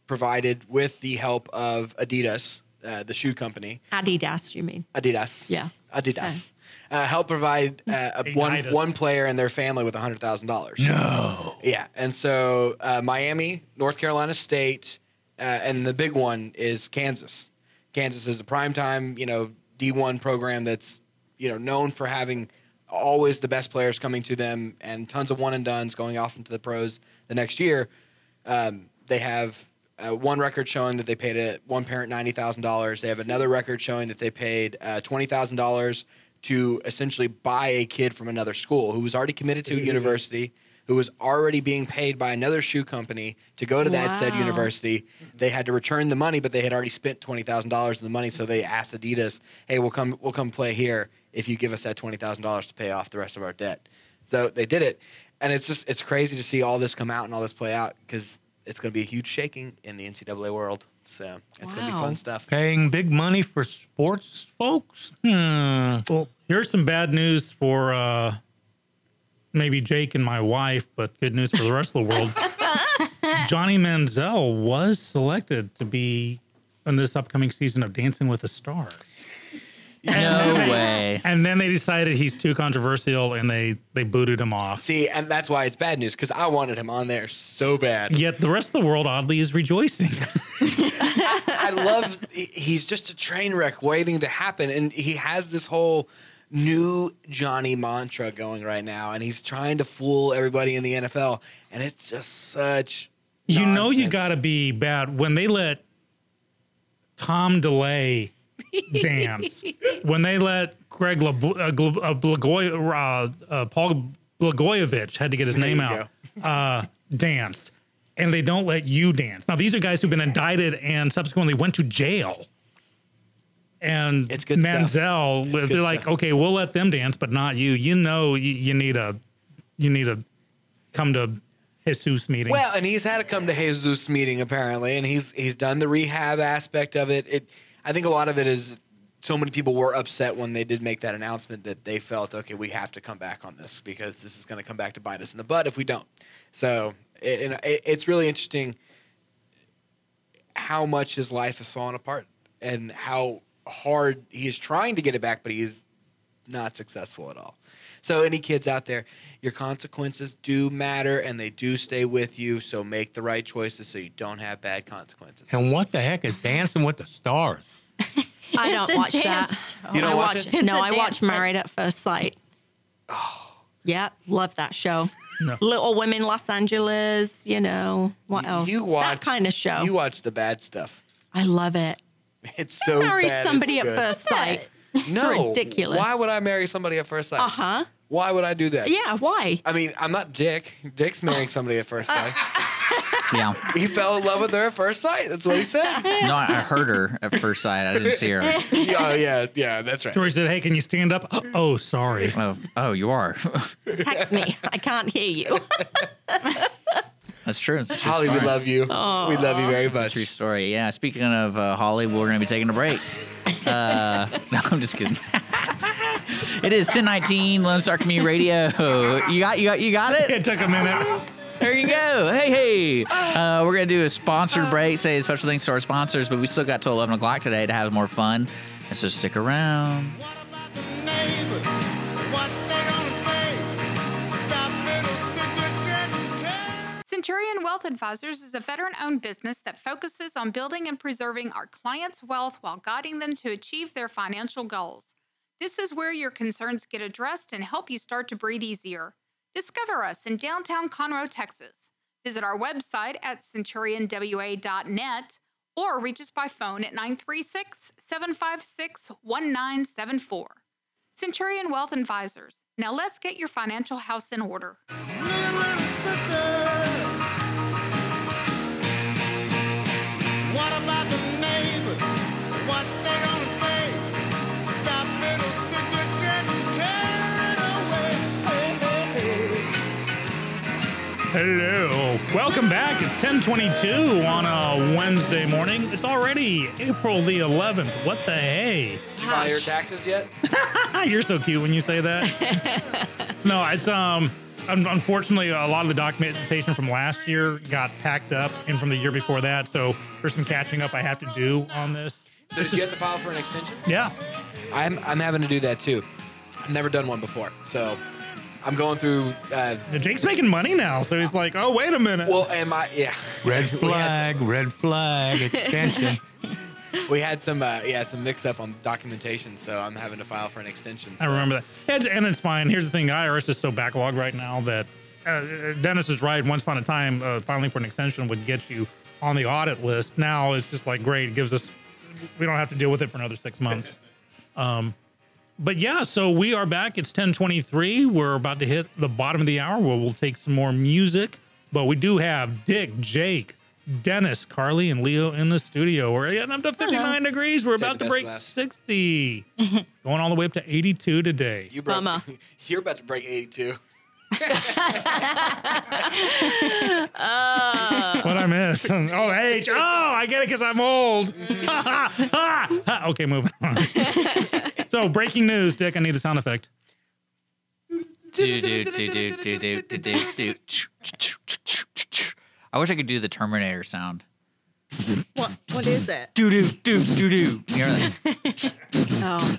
provided with the help of Adidas, uh, the shoe company,
Adidas, you mean?
Adidas,
Yeah.
Adidas, uh, help provide uh, a- one
Adidas.
one player and their family with hundred thousand dollars. No. Yeah, and so uh, Miami, North Carolina State, uh, and the big one is Kansas. Kansas is a primetime, you know, D one program that's you know known for having always the best players coming to them and tons of one and duns going off into the pros the next year. Um, they have uh, one record showing that they paid a, one parent ninety thousand dollars. They have another record showing that they paid uh, twenty thousand dollars to essentially buy a kid from another school who was already committed to a university, who was already being paid by another shoe company to go to that said
Wow.
university. They had to return the money, but they had already spent twenty thousand dollars of the money, so they asked Adidas, "Hey, we'll come, we'll come play here if you give us that twenty thousand dollars to pay off the rest of our debt." So they did it, and it's just it's crazy to see all this come out and all this play out because it's going to be a huge shaking in the NCAA world. So it's going to be
Wow.
fun stuff.
Paying big money for sports folks. Hmm.
Well, here's some bad news for uh, maybe Jake and my wife, but good news for the rest of the world. Johnny Manziel was selected to be in this upcoming season of Dancing with the Stars.
No way.
And then they decided he's too controversial, and they they booted him off.
See, and that's why it's bad news because I wanted him on there so bad.
Yet the rest of the world oddly is rejoicing.
I love. he- He's just a train wreck waiting to happen, and he has this whole new Johnny mantra going right now, and he's trying to fool everybody in the NFL, and it's just such.
You know you got to be bad when they let Tom Delay dance. when they let Greg Lebo- uh, Glo- uh, Blagoy- uh, uh, Paul Blagojevich had to get his
There
name
you
out uh, dance, and they don't let you dance. Now these are guys who've been indicted and subsequently went to jail. And it's
good stuff.
Manziel,
It's
they're
good
like,
stuff.
okay, we'll let them dance, but not you. You know, you, you need a, you need a, come to Jesus meeting.
Well, and he's had to come to Jesus meeting apparently, and he's he's done the rehab aspect of it. It, I think a lot of it is so many people were upset when they did make that announcement that they felt okay, we have to come back on this because this is going to come back to bite us in the butt if we don't. So, it, and it, it's really interesting how much his life has fallen apart and how hard he is trying to get it back, but he is not successful at all. So, any kids out there, your consequences do matter and they do stay with you. So, make the right choices so you don't have bad consequences.
And what the heck is Dancing with the Stars?
I don't
It's a
watch
dance
that.
show. You don't
I
watch it?
No,
It's
I
a
watch
dance show.
Married at First Sight. Yep, love that show. Little Women, Los Angeles. You know what else?
You watch
that kind of show.
You watch the bad stuff.
I love it.
It's so
Marry
bad,
somebody
it's
at
Oh, good.
first sight.
No,
ridiculous.
Why would I marry somebody at first sight?
Uh huh.
Why would I do that?
Yeah. Why?
I mean, I'm not Dick. Dick's marrying somebody at first sight.
Yeah.
he fell in love with her at first sight. That's what he said.
No, I I heard her at first sight. I didn't see her.
Yeah, Oh, yeah, yeah. That's right.
Tori said, "Hey, can you stand up?" Oh, sorry.
Oh, oh, you are.
Text me. I can't hear you.
That's true. It's a true
Holly, we
story.
love you. We love you very much.
True story. Yeah. Speaking of uh, Holly, we're going to be taking a break. Uh, no, I'm just kidding. it is 1019 Lone Star Community Radio. You got, you got, you got it.
It took a minute.
There you go. Hey, hey. Uh, we're going to do a sponsored break, say special thanks to our sponsors, but we still got till 11 o'clock today to have more fun. And so stick around.
Centurion Wealth Advisors is a veteran owned business that focuses on building and preserving our clients' wealth while guiding them to achieve their financial goals. This is where your concerns get addressed and help you start to breathe easier. Discover us in downtown Conroe, Texas. Visit our website at centurionwa.net or reach us by phone at 936 756 1974. Centurion Wealth Advisors. Now let's get your financial house in order.
What about the neighbors? What they gonna say? Stop little sister getting carried away.
Hello. Welcome back. It's 1022 on a Wednesday morning. It's already April the 11th. What the hey?
Did you file your taxes yet?
You're so cute when you say that. no, it's um un- unfortunately a lot of the documentation from last year got packed up and from the year before that. So there's some catching up I have to do on this.
So did you have to file for an extension?
Yeah.
I'm I'm having to do that too. I've never done one before, so I'm going through. Uh,
Jake's making money now, so he's like, "Oh, wait a minute."
well, am I? Yeah.
Red
We had
flag, red flag, extension.
some- We had some, uh, yeah, some mix-up on documentation, so I'm having to file for an extension.
I
so-
remember that. And, and it's fine. Here's the thing: the IRS is so backlogged right now that uh, Dennis is right. Once upon a time, uh, filing for an extension would get you on the audit list. Now it's just like great. It gives us we don't have to deal with it for another six months. um, but yeah, so we are back. It's ten twenty three. We're about to hit the bottom of the hour. Where we'll take some more music, but we do have Dick, Jake. Dennis, Carly, and Leo in the studio. We're getting up to 59 degrees. We're
Say
about to
the best
break
last.
60. Going all the way up to 82 today.
You broke,
Mama.
You're about to break 82.
What I miss? Oh, age. Oh, I get it because I'm old. Ha, ha, ha, ha. okay, moving on. so, breaking news, Dick. I need a sound effect.
Do, do, do, do, do, do, do, do, do. Choo, choo, choo, choo, choo, choo. I wish I could do the Terminator sound.
What what is it?
Do do do do do. You know, like,
Oh.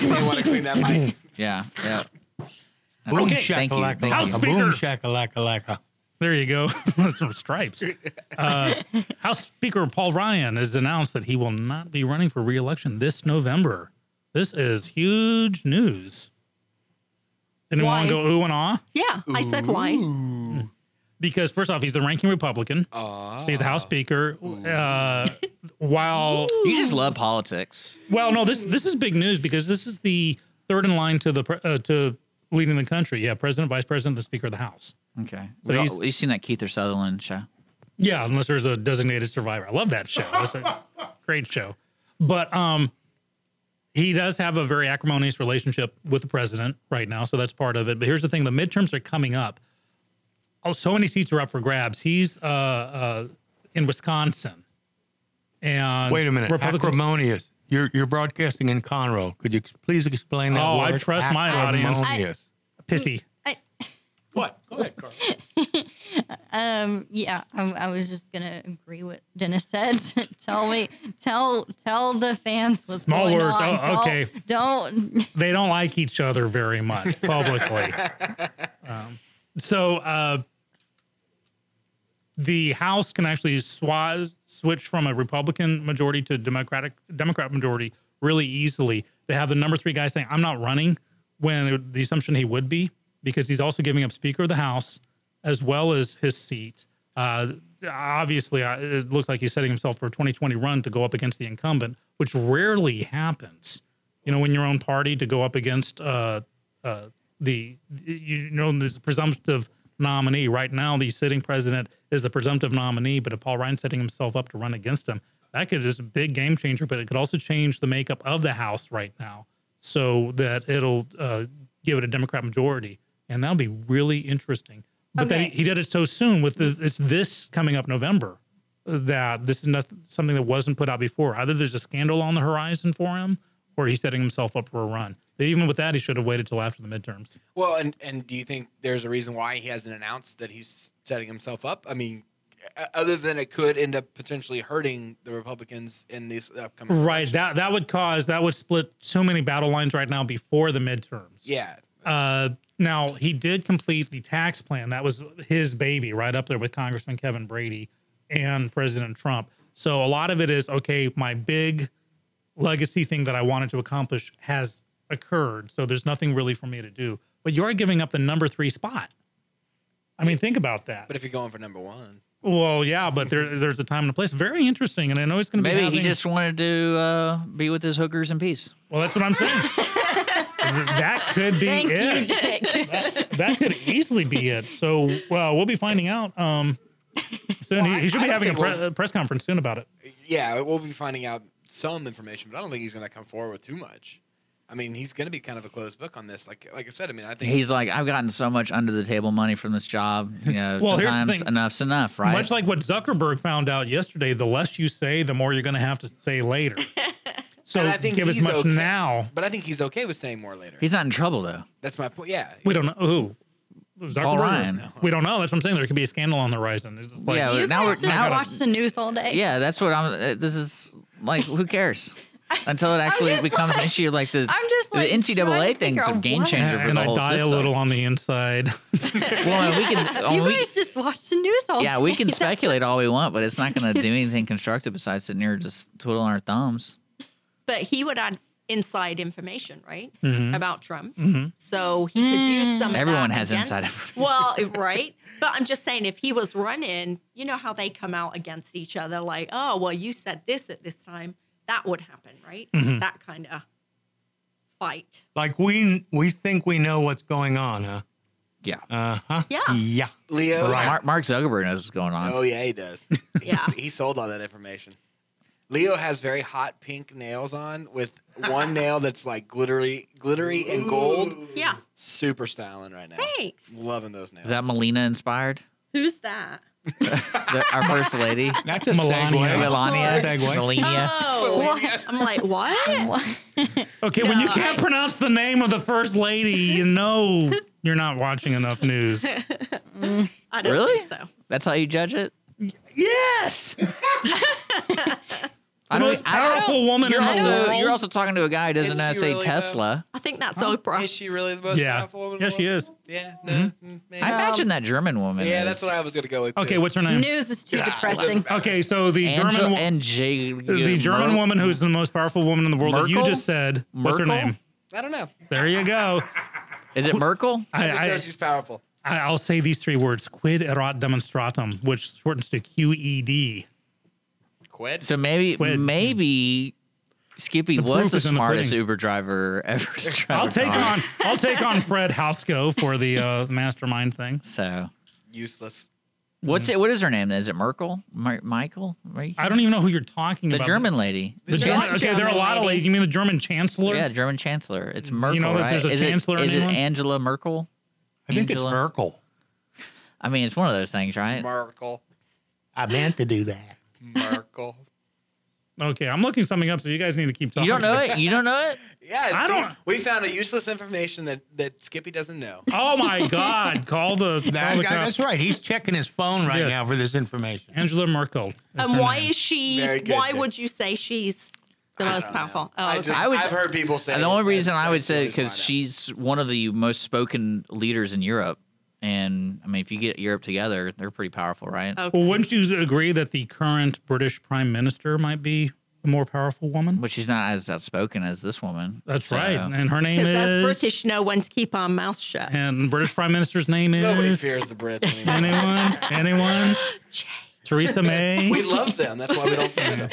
You may want to clean that mic.
yeah, yeah.
Boom
Okay.
shakalaka,
Thank you. Thank
laka,
you.
boom shakalaka, laka.
There you go. That's from Stripes. Uh, House Speaker Paul Ryan has announced that he will not be running for reelection this November. This is huge news. Anyone
Why?
wanna go ooh and ah?
Yeah, I said why.
Because first off, he's the ranking Republican. He's the House Speaker. Uh, while
You just love politics.
well, no, this this is big news because this is the third in line to the pre- uh, to leading the country. Yeah, President, Vice President, the Speaker of the House.
Okay.
So
We all-
he's-
you've seen that Keith or Sutherland show.
Yeah, unless there's a designated survivor. I love that show. That's a great show. But um he does have a very acrimonious relationship with the president right now, so that's part of it. But here's the thing: the midterms are coming up. Oh, so many seats are up for grabs. He's uh, uh, in Wisconsin, and
Wait a minute.
Republicans-
Acrimonious. You're you're broadcasting in Conroe. Could you ex- please explain that?
Oh, I
word?
trust my audience.
Acrimonious.
pissy.
Um, yeah, I, I was just gonna agree with Dennis said. tell me, tell tell the fans what's
Small
going
words.
on.
Oh,
Don't-
okay.
Don't,
they don't like each other very much publicly. um, so uh, the House can actually swa- switch from a Republican majority to Democratic Democrat majority really easily. They have the number three guy saying, "I'm not running," when the assumption he would be because he's also giving up Speaker of the House as well as his seat. Uh, obviously, I, it looks like he's setting himself for a 2020 run to go up against the incumbent, which rarely happens you know, in your own party to go up against uh, uh, the you know this presumptive nominee. Right now, the sitting president is the presumptive nominee, but if Paul Ryan's setting himself up to run against him, that could is a big game changer. But it could also change the makeup of the House right now, so that it'll uh, give it a Democrat majority, and that'll be really interesting. But that
Okay.
he, he did it so soon with the, it's this coming up November that this is not, something that wasn't put out before. Either there's a scandal on the horizon for him, or he's setting himself up for a run. But even with that, he should have waited till after the midterms.
Well, and and do you think there's a reason why he hasn't announced that he's setting himself up? I mean, o- other than it could end up potentially hurting the Republicans in this upcoming.
Right. That that would cause that would split so many battle lines right now before the midterms.
Yeah.
Uh, now he did complete the tax plan. That was his baby, right up there with Congressman Kevin Brady and President Trump. So a lot of it is okay. My big legacy thing that I wanted to accomplish has occurred. So there's nothing really for me to do. But you're giving up the number three spot. I mean, think about that.
But if you're going for number one,
Well, yeah, but there, there's a time and a place. Very interesting, and I know it's going to be.
Maybe he
having-
just wanted to uh, be with his hookers in peace.
Well, that's what I'm saying. that could be it. that, that could easily be it. So, well, we'll be finding out. Um, soon he, he should
I
be
don't
having a
think
pre-
we'll-
uh, press conference soon about it.
yeah, we'll be finding out some information, but I don't think he's going to come forward with too much. I mean, he's going to be kind of a closed book on this. Like like I said, I mean, I think
He's like, I've gotten so much under the table money from this job. You know,
Well, here's the
sometimes
thing.
enough's enough, right?
Much like what Zuckerberg found out yesterday, the less you say, the more you're going to have to say later. So
And I think
give as
he's
much
okay-
now.
But I think he's okay with saying more later.
he's not in trouble though.
That's my point. Yeah.
We don't know who. Zuckerberg.
Ryan.
We don't know. That's what I'm saying. There could be a scandal on the horizon. It's just like,
Yeah, You now guys we're- just now-
watch the news all day.
Yeah, that's what I'm. uh, This is like, who cares? Until it actually becomes an issue, like the
I'm just,
the
like, trying
NCAA
to
thing's
figure
a
out
game
what-
changer for
and
the
I
whole
die
system.
a little on the inside.
Well, and we can.
you
and we-
guys just watch the news all
yeah,
day.
we can speculate all we want, but it's not going to do anything constructive besides sitting here just twiddling our thumbs.
But he would add inside information, right,
Mhm.
about Trump.
Mhm.
So he could use
Mm.
some. of
Everyone
that
has
against-
inside information.
Well, right. But I'm just saying, if he was running, you know how they come out against each other, like, oh, well, you said this at this time. That would happen, right?
Mhm.
That kind of fight.
Like we we think we know what's going on, huh?
Yeah.
Uh huh.
Yeah.
Yeah.
Leo.
Right.
Mark, Mark Zuckerberg knows what's going on.
Oh yeah, he does. He's, he sold all that information. Leo has very hot pink nails on with one nail that's like glittery, glittery and gold.
Yeah.
Super styling right now.
Thanks.
Loving those nails.
Is that Melina inspired?
Who's that?
The- our first lady.
That's a
Melania.
segue.
Oh,
Melania.
Segue.
Melania.
Uh,
Oh, what? I'm like, what?
Okay, when you
No,
can't
I-
pronounce the name of the first lady, you know you're not watching enough news.
I don't
Really?
think so.
That's how you judge it?
Yes.
I
The
don't,
most
I don't-
powerful woman
you're
in the
also,
world.
You're also talking to a guy who doesn't
Is
know how to
she
say
really, though?
Tesla.
I think that's Oprah.
Is she really the most
Yeah.
powerful woman? in
Yeah,
the
she
world?
is. Mm-hmm. Um,
Yeah. No. mm, maybe.
I imagine that German woman.
Yeah,
is.
that's what I was gonna go with.
Okay, what's her name?
News is too depressing.
Okay, so the
Angela-
German wo-
and J-
the German
Mer-
woman who's the most powerful woman in the world. that You
Merkel?
just said what's her
Merkel?
name?
I don't know.
There you go.
Is it Merkel?
I,
I, just know
I,
she's powerful.
I, I'll say these three words: quid erat demonstratum, which shortens to E QED.
Quid.
So maybe maybe Skippy
The
was
proof
the
is in the
smartest
pudding.
Uber driver ever. to drive
I'll
a
take
car.
on I'll take on Fred Houseko for the uh, mastermind thing.
So
Useless.
what's it? What is her name? then? Is it Merkel? Mar- Michael? Right?
I don't even know who you're talking
The
about.
German lady.
The German, okay, there are a lot of ladies. You mean the German chancellor?
Yeah, German chancellor. It's Merkel.
know that
right?
there's a
is
chancellor in
It, is it
England?
Angela Merkel?
I think it's Merkel.
I mean, it's one of those things, right?
Merkel.
I meant to do that.
Merkel.
Okay, I'm looking something up, so you guys need to keep
You
talking.
don't know it. You don't know it.
Yeah,
I
see,
don't-
We found a useless information that that Skippy doesn't know.
Oh my God! Call the. Call
That
the
guy-
cop.
that's right. He's checking his phone right
Yes.
now for this information.
Angela Merkel.
Um,
And why is she?
Very good,
why
Dick.
would you say she's the most powerful? Oh,
I
okay.
just, I
would-
have heard people say
And the only
it.
reason
That's-
I would
that's the
say
only reason
because she's one of the most spoken leaders in Europe, and I mean, if you get Europe together, they're pretty powerful, right?
Well, wouldn't you agree that the current British Prime Minister might be a more powerful woman?
But she's not as outspoken as this woman.
That's
So-
right, and her name
Because
is
us British know when to keep our mouths shut.
And the British Prime Minister's name
I know. Nobody
is
fears the Brits anymore.
anyone? Anyone? Theresa May.
we love them. That's why we don't fear them.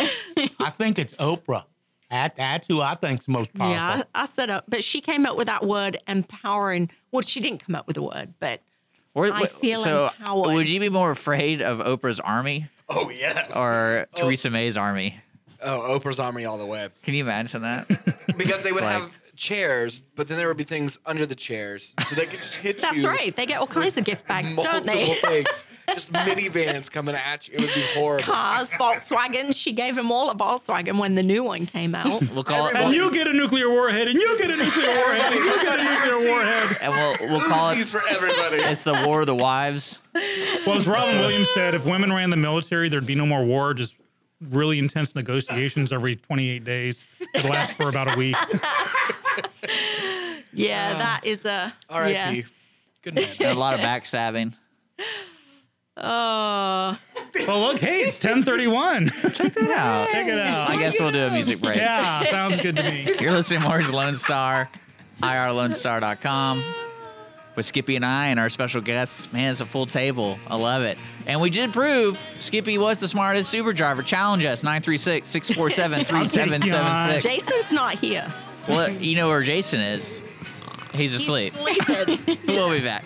I think it's Oprah. That, that's who I think's most powerful.
Yeah, I, I said it, but she came up with that word empowering. Well, she didn't come up with the word, but
Or-
I feel
so
empowered.
Would you be more afraid of Oprah's army
Oh yes.
or
Oh.
Theresa May's army?
oh, Oprah's army all the way.
Can you imagine that?
Because they would
Like-
have chairs, but then there would be things under the chairs, so they could just hit
that's
you.
right. They get all kinds of gift bags,
Multiple
don't they?
things, just minivans coming at you. It would be horrible.
Cars, Ah, Volkswagen. She gave them all a Volkswagen when the new one came out.
We'll call it.
And you get a nuclear warhead, and you get a nuclear warhead, and you get a nuclear warhead.
And we'll we'll call
These
it.
for everybody.
It's the War of the Wives.
Well, as Robin Williams said, if women ran the military, there'd be no more war. Just really intense negotiations every 28 days. It lasts for about a week.
yeah, that is a.
R.I.P.
yes.
Good man.
And a lot of backstabbing.
Oh,
Well, look, hey, it's 10:31.
Yeah.
Check it out.
I guess we'll do a music break.
Yeah, sounds good to me.
You're listening to Morris Lone Star, irlonestar.com. With Skippy and I and our special guests, man, it's a full table. I love it. And we did prove Skippy was the smartest Uber driver. Challenge us 936 647 3776.
Jason's not here.
Well, you know where Jason is. He's asleep.
Sleeping.
We'll be back.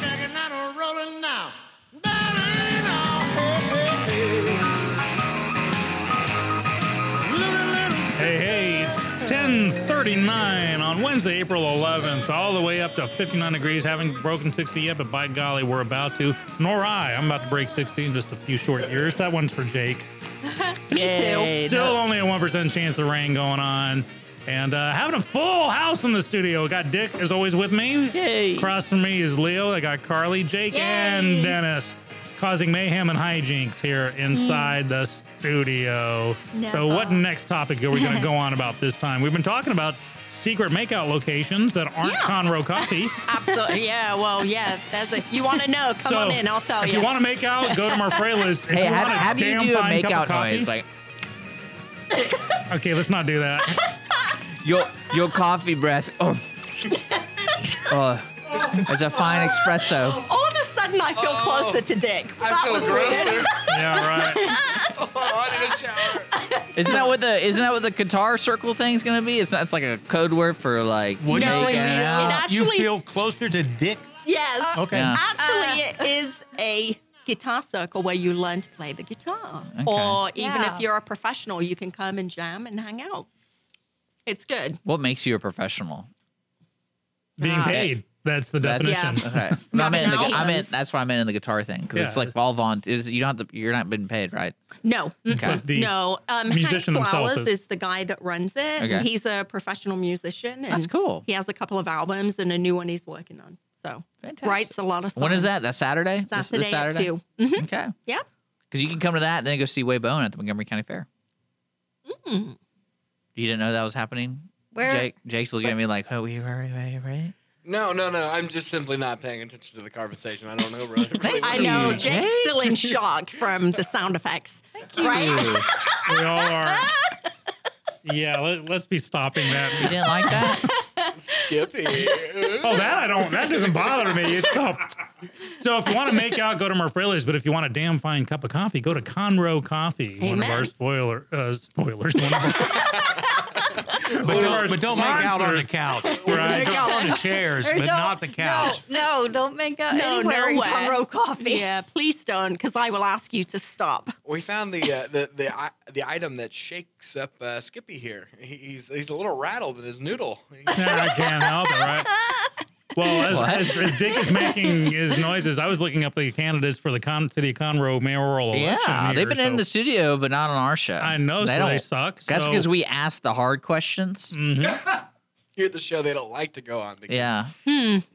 Checking out and rolling now. Down and out. Hey, hey, hey. Little, little
Hey, hey, it's 10:39 on Wednesday, April 11th, all the way up to 59 degrees. Haven't broken 60 yet, but by golly, we're about to. Nor I. I'm about to break 60 in just a few short years. That one's for Jake.
Me too.
Still only a one percent chance of rain going on, and uh, having a full house in the studio. We got Dick is always with me.
Yay.
Across from me is Leo. I got Carly, Jake, and Dennis. Causing mayhem and hijinks here inside the studio. So,
Never.
what next topic are we going to go on about this time? We've been talking about secret makeout locations that aren't Conroe Coffee.
Absolutely. Yeah. Well, yeah. That's it. You want to know? Come
So,
on in. I'll tell
if
you.
you want to make out, go to Marfrela's. If
Hey,
you
how,
want a
how do you
damn
do a
fine cup of
makeout
coffee-
noise? Like
okay, let's not do that.
your your coffee breath. Oh, oh it's a fine espresso.
All of a sudden, I feel closer to Dick. that was weird.
yeah, right.
oh, I need a shower.
Isn't that what the isn't that what the guitar circle thing's gonna be? It's not, it's like a code word for like
Would you
making
say
out.
It
you
actually,
feel closer to Dick?
yes. Uh.
Okay.
Yeah.
Actually, it Uh, is a guitar circle where you learn to play the guitar.
Okay.
Or even
Yeah.
if you're a professional, you can come and jam and hang out. It's good.
What makes you a professional?
Being paid. That's the
That's-
definition.
Okay. No, I meant, in the, gu- I meant
albums.
that's why I meant in the guitar thing because it's
Yeah.
like all vaunt. Is you don't have to, you're not being paid, right?
No,
Okay.
Mm-mm. no. Um,
musician
Hank
himself
Flowers
is-
is, the guy that runs it. and
Okay.
he's a professional musician. And
That's cool.
He has a couple of albums and a new one he's working on. So writes a lot of songs.
When is that? That's Saturday.
Saturday,
This, this
at
Saturday.
2 Mhm.
Okay.
Yep.
Because you can come to that, and then go see Way Bone at the Montgomery County Fair.
Mm.
You didn't know that was happening.
Where-
Jake, Jake's looking at me like, "Oh, we were right, right."
No, no, no. I'm just simply not paying attention to the conversation. I don't know. Really, really
I
what
know
it is.
Jake's still in shock from the sound effects. Right?
we all are. Yeah, let, let's be stopping that. You
didn't like that?
Skippy.
oh, that I don't. That doesn't bother me. It's so, so if you want to make out, go to Murfreelis. But if you want a damn fine cup of coffee, go to Conroe Coffee. One of
Amen.
our spoiler uh, spoilers. One of our,
But
One of
don't,
our
but don't make out on the
sponsors.
couch.
Right.
Make out on the chairs,
Or
but
don't-
not the couch.
No, no, don't make up
No,
anywhere in
nowhere.
Conroe Coffee.
Yeah, please don't, because I will ask you to stop.
We found the uh, the the i- the item that shakes up uh, Skippy here. He- He's he's a little rattled in his noodle.
Nah, I can't help it, right? Well, as, as, as Dick is making his noises, I was looking up the candidates for the Con- city of Conroe mayoral election.
Yeah,
here,
they've been in
so-
the studio, but not on our show. I know,
so they suck,
That's
so-
because we asked the hard questions.
You're the show they don't like to go on. Because
Yeah.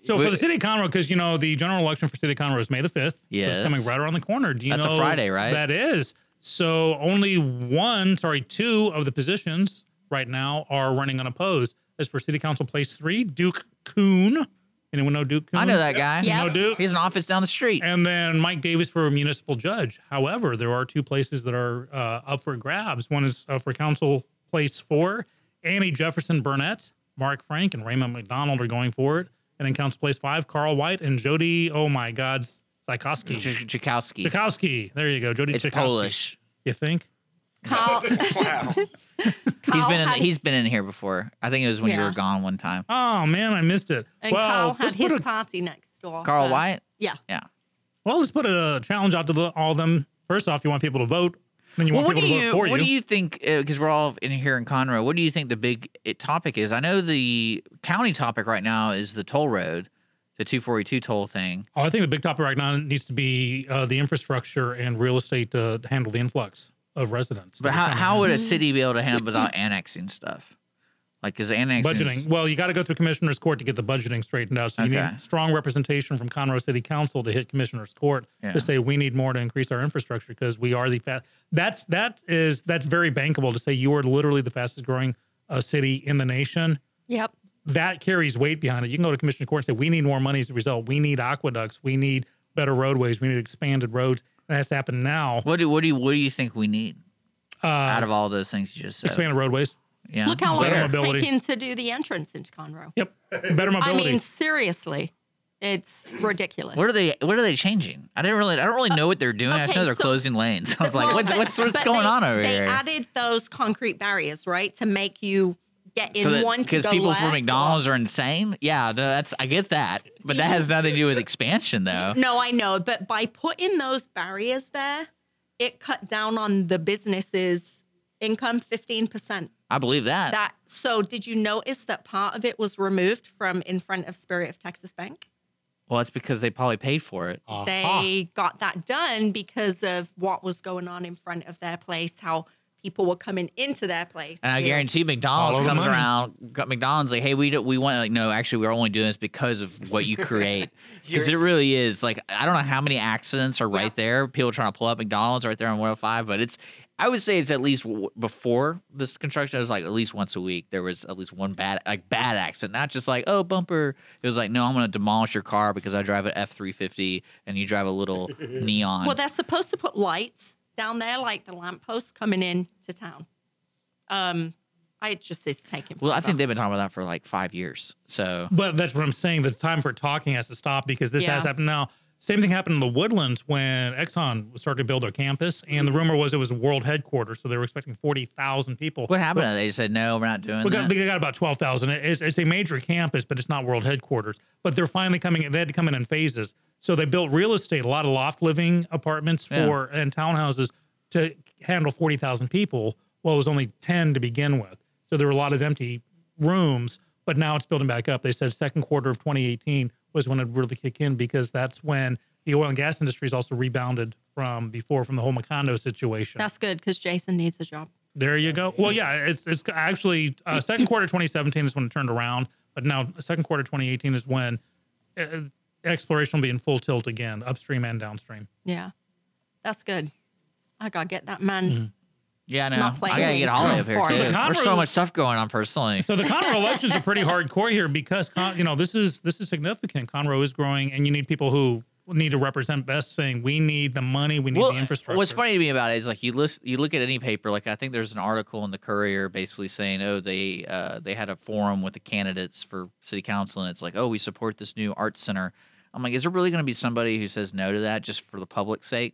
So
We-
for the city of Conroe, because you know the general election for city of Conroe is May the fifth. so
Yes.
it's coming right around the corner. Do you
That's a
know
Friday, right?
That is. So only one, sorry, two of the positions right now are running unopposed. As for city council place three, Duke Kuhn. Anyone know Duke Kuhn?
I know that guy.
You know
Yep.
Duke?
He's an office down the street.
And then Mike Davis for municipal judge. However, there are two places that are uh, up for grabs. One is uh, for council place four. Annie Jefferson Burnett, Mark Frank, and Raymond McDonald are going for it. And in council place five, Carl White and Jody, oh my God, Zykowski.
Jakowski.
Jakowski. There you go. Jody
It's
Jakowski.
Polish.
You think?
Carl,
He's been in
had-
he's been in here before. I think it was when you
Yeah.
were gone one time.
Oh, man, I missed it.
and
well,
Carl had
let's put
his
a-
party next door.
Carl
but-
Wyatt?
Yeah.
Yeah.
well, let's put a challenge out to the, all of them. First off, you want people to vote. Then you
Well,
want
what do
people to vote
you
for you.
what do you think? Because we're all in here in Conroe. What do you think the big uh, topic is? I know the county topic right now is the toll road, the two forty two toll thing.
Oh, I think the big topic right now needs to be uh, the infrastructure and real estate to handle the influx of residents.
But
that are
how,
coming
how would
in.
a city be able to handle without annexing stuff? Like is annexing
budgeting? Well, you got to go through commissioner's court to get the budgeting straightened out. So you
Okay.
need strong representation from Conroe City Council to hit commissioner's court
Yeah.
to say we need more to increase our infrastructure because we are the fast. That's that is that's very bankable to say you are literally the fastest growing uh, city in the nation.
Yep.
that carries weight behind it. You can go to commissioner court and say, we need more money as a result. We need aqueducts. We need better roadways. We need expanded roads. And that's happened now.
What do what do you what do you think we need
uh,
out of all those things you just said?
expanded roadways?
Yeah.
Look how long
Better
it's
mobility.
taken to do the entrance into Conroe.
Yep. Better
I
mobility.
mean, seriously, it's ridiculous.
What are they? What are they changing? I didn't really. I don't really know what they're doing. I just know
Uh, okay,
they're
so-
closing lanes. I was like,
Well,
what's
but-
what's what's
but
going
they-
on over
they
here?
added those concrete barriers, right, to make you get in
so that,
one to
because
go
people
left.
from McDonald's are insane. Yeah, no, that's I get that, but that has nothing to do with expansion, though.
no, I know, but by putting those barriers there, it cut down on the business's income fifteen percent.
I believe that.
That so, did you notice that part of it was removed from in front of Spirit of Texas Bank?
Well, that's because they probably paid for it.
They got that done because of what was going on in front of their place, how people were coming into their place.
And I
to-
guarantee McDonald's
Follow the
comes
money.
around. got- McDonald's like, hey, we do, we want like no, actually, we're only doing this because of what you create. Because it really is like I don't know how many accidents are right there. People trying to pull up McDonald's right there on 105, but it's I would say it's at least w- before this construction. It was like at least once a week there was at least one bad like bad accident, not just like oh bumper. It was like no, I'm going to demolish your car because I drive an F350 and you drive a little neon.
Well, they're supposed to put lights down there, like the lampposts coming in to town. Um, I it just is taking.
well, I think
forever.
they've been talking about that for like five years. So
But that's what I'm saying. The time for talking has to stop because this has
Yeah.
happened now. Same thing happened in the Woodlands when Exxon started to build their campus, and the rumor was it was world headquarters, so they were expecting forty thousand people.
what happened?
But-
they said no, we're not doing
We
that.
got, they got about 12,000. It's, it's a major campus, but it's not world headquarters. But they're finally coming, they had to come in in phases. So they built real estate, a lot of loft living apartments
Yeah.
for and townhouses to handle forty thousand people. Well, it was only ten to begin with, so there were a lot of empty rooms. But now it's building back up. They said second quarter of 2018 was when it really kick in because that's when the oil and gas industry is also rebounded from before from the whole Macondo situation.
That's good because Jason needs a job.
There you go. Well, yeah, it's it's actually uh, second quarter 2017 is when it turned around, but now second quarter 2018 is when uh, exploration will be in full tilt again, upstream and downstream.
Yeah, that's good. I gotta get that man.
Mm-hmm. Yeah, I know.
Not playing
I gotta get
games.
Holly up here
Or-
too.
The
There's so
Conroe-
much stuff going on personally.
So the Conroe elections are pretty hardcore here because Con- you know this is this is significant. Conroe is growing, and you need people who need to represent best, saying we need the money, we need the infrastructure.
What's funny to me about it is like you list, you look at any paper. Like I think there's an article in the Courier basically saying, oh, they uh, they had a forum with the candidates for city council, and it's like, oh, we support this new arts center. I'm like, is there really going to be somebody who says no to that just for the public's sake?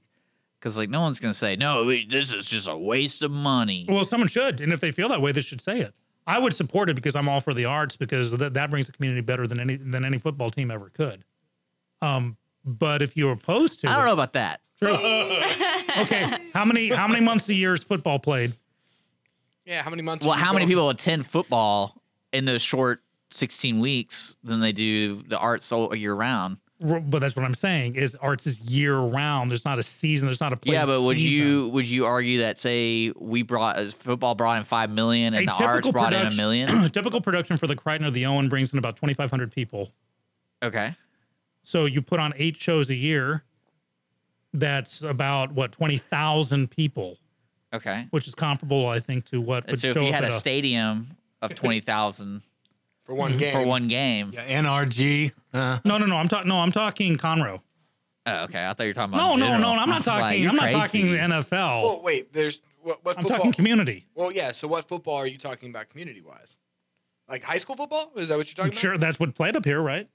Because like no one's going to say no. we- This is just a waste of money.
Well, someone should, and if they feel that way, they should say it. I would support it because I'm all for the arts because that, that brings the community better than any than any football team ever could. Um, but if you're opposed to,
I don't know about that.
okay, how many how many months a year is football played?
Yeah, how many months?
Well,
have you
how many
gone?
people attend football in those short 16 weeks than they do the arts all year round?
R- But that's what I'm saying is arts is year round. There's not a season. There's not a place.
yeah, but would
season.
you would you argue that say we brought uh, football brought in five million and the arts brought in a million?
typical production for the Crichton or the Owen brings in about 2,500 people.
Okay.
So you put on eight shows a year. That's about what 20,000 people,
Okay.
which is comparable, I think, to what would
so if
show
you
up
had
at
a stadium of twenty thousand
for
one
for
game.
one game.
Yeah, NRG. Uh,
No, no, no. I'm talking. No, I'm talking Conroe.
oh, okay. I thought you were talking about.
No,
in
no, no.
general.
I'm not
like,
talking.
you're
I'm not
crazy.
talking NFL.
Well, wait. There's what? what
I'm
football?
talking community.
Well, yeah. So what football are you talking about community wise? Like high school football? Is that what you're talking
Sure,
about?
that's what played up here, right?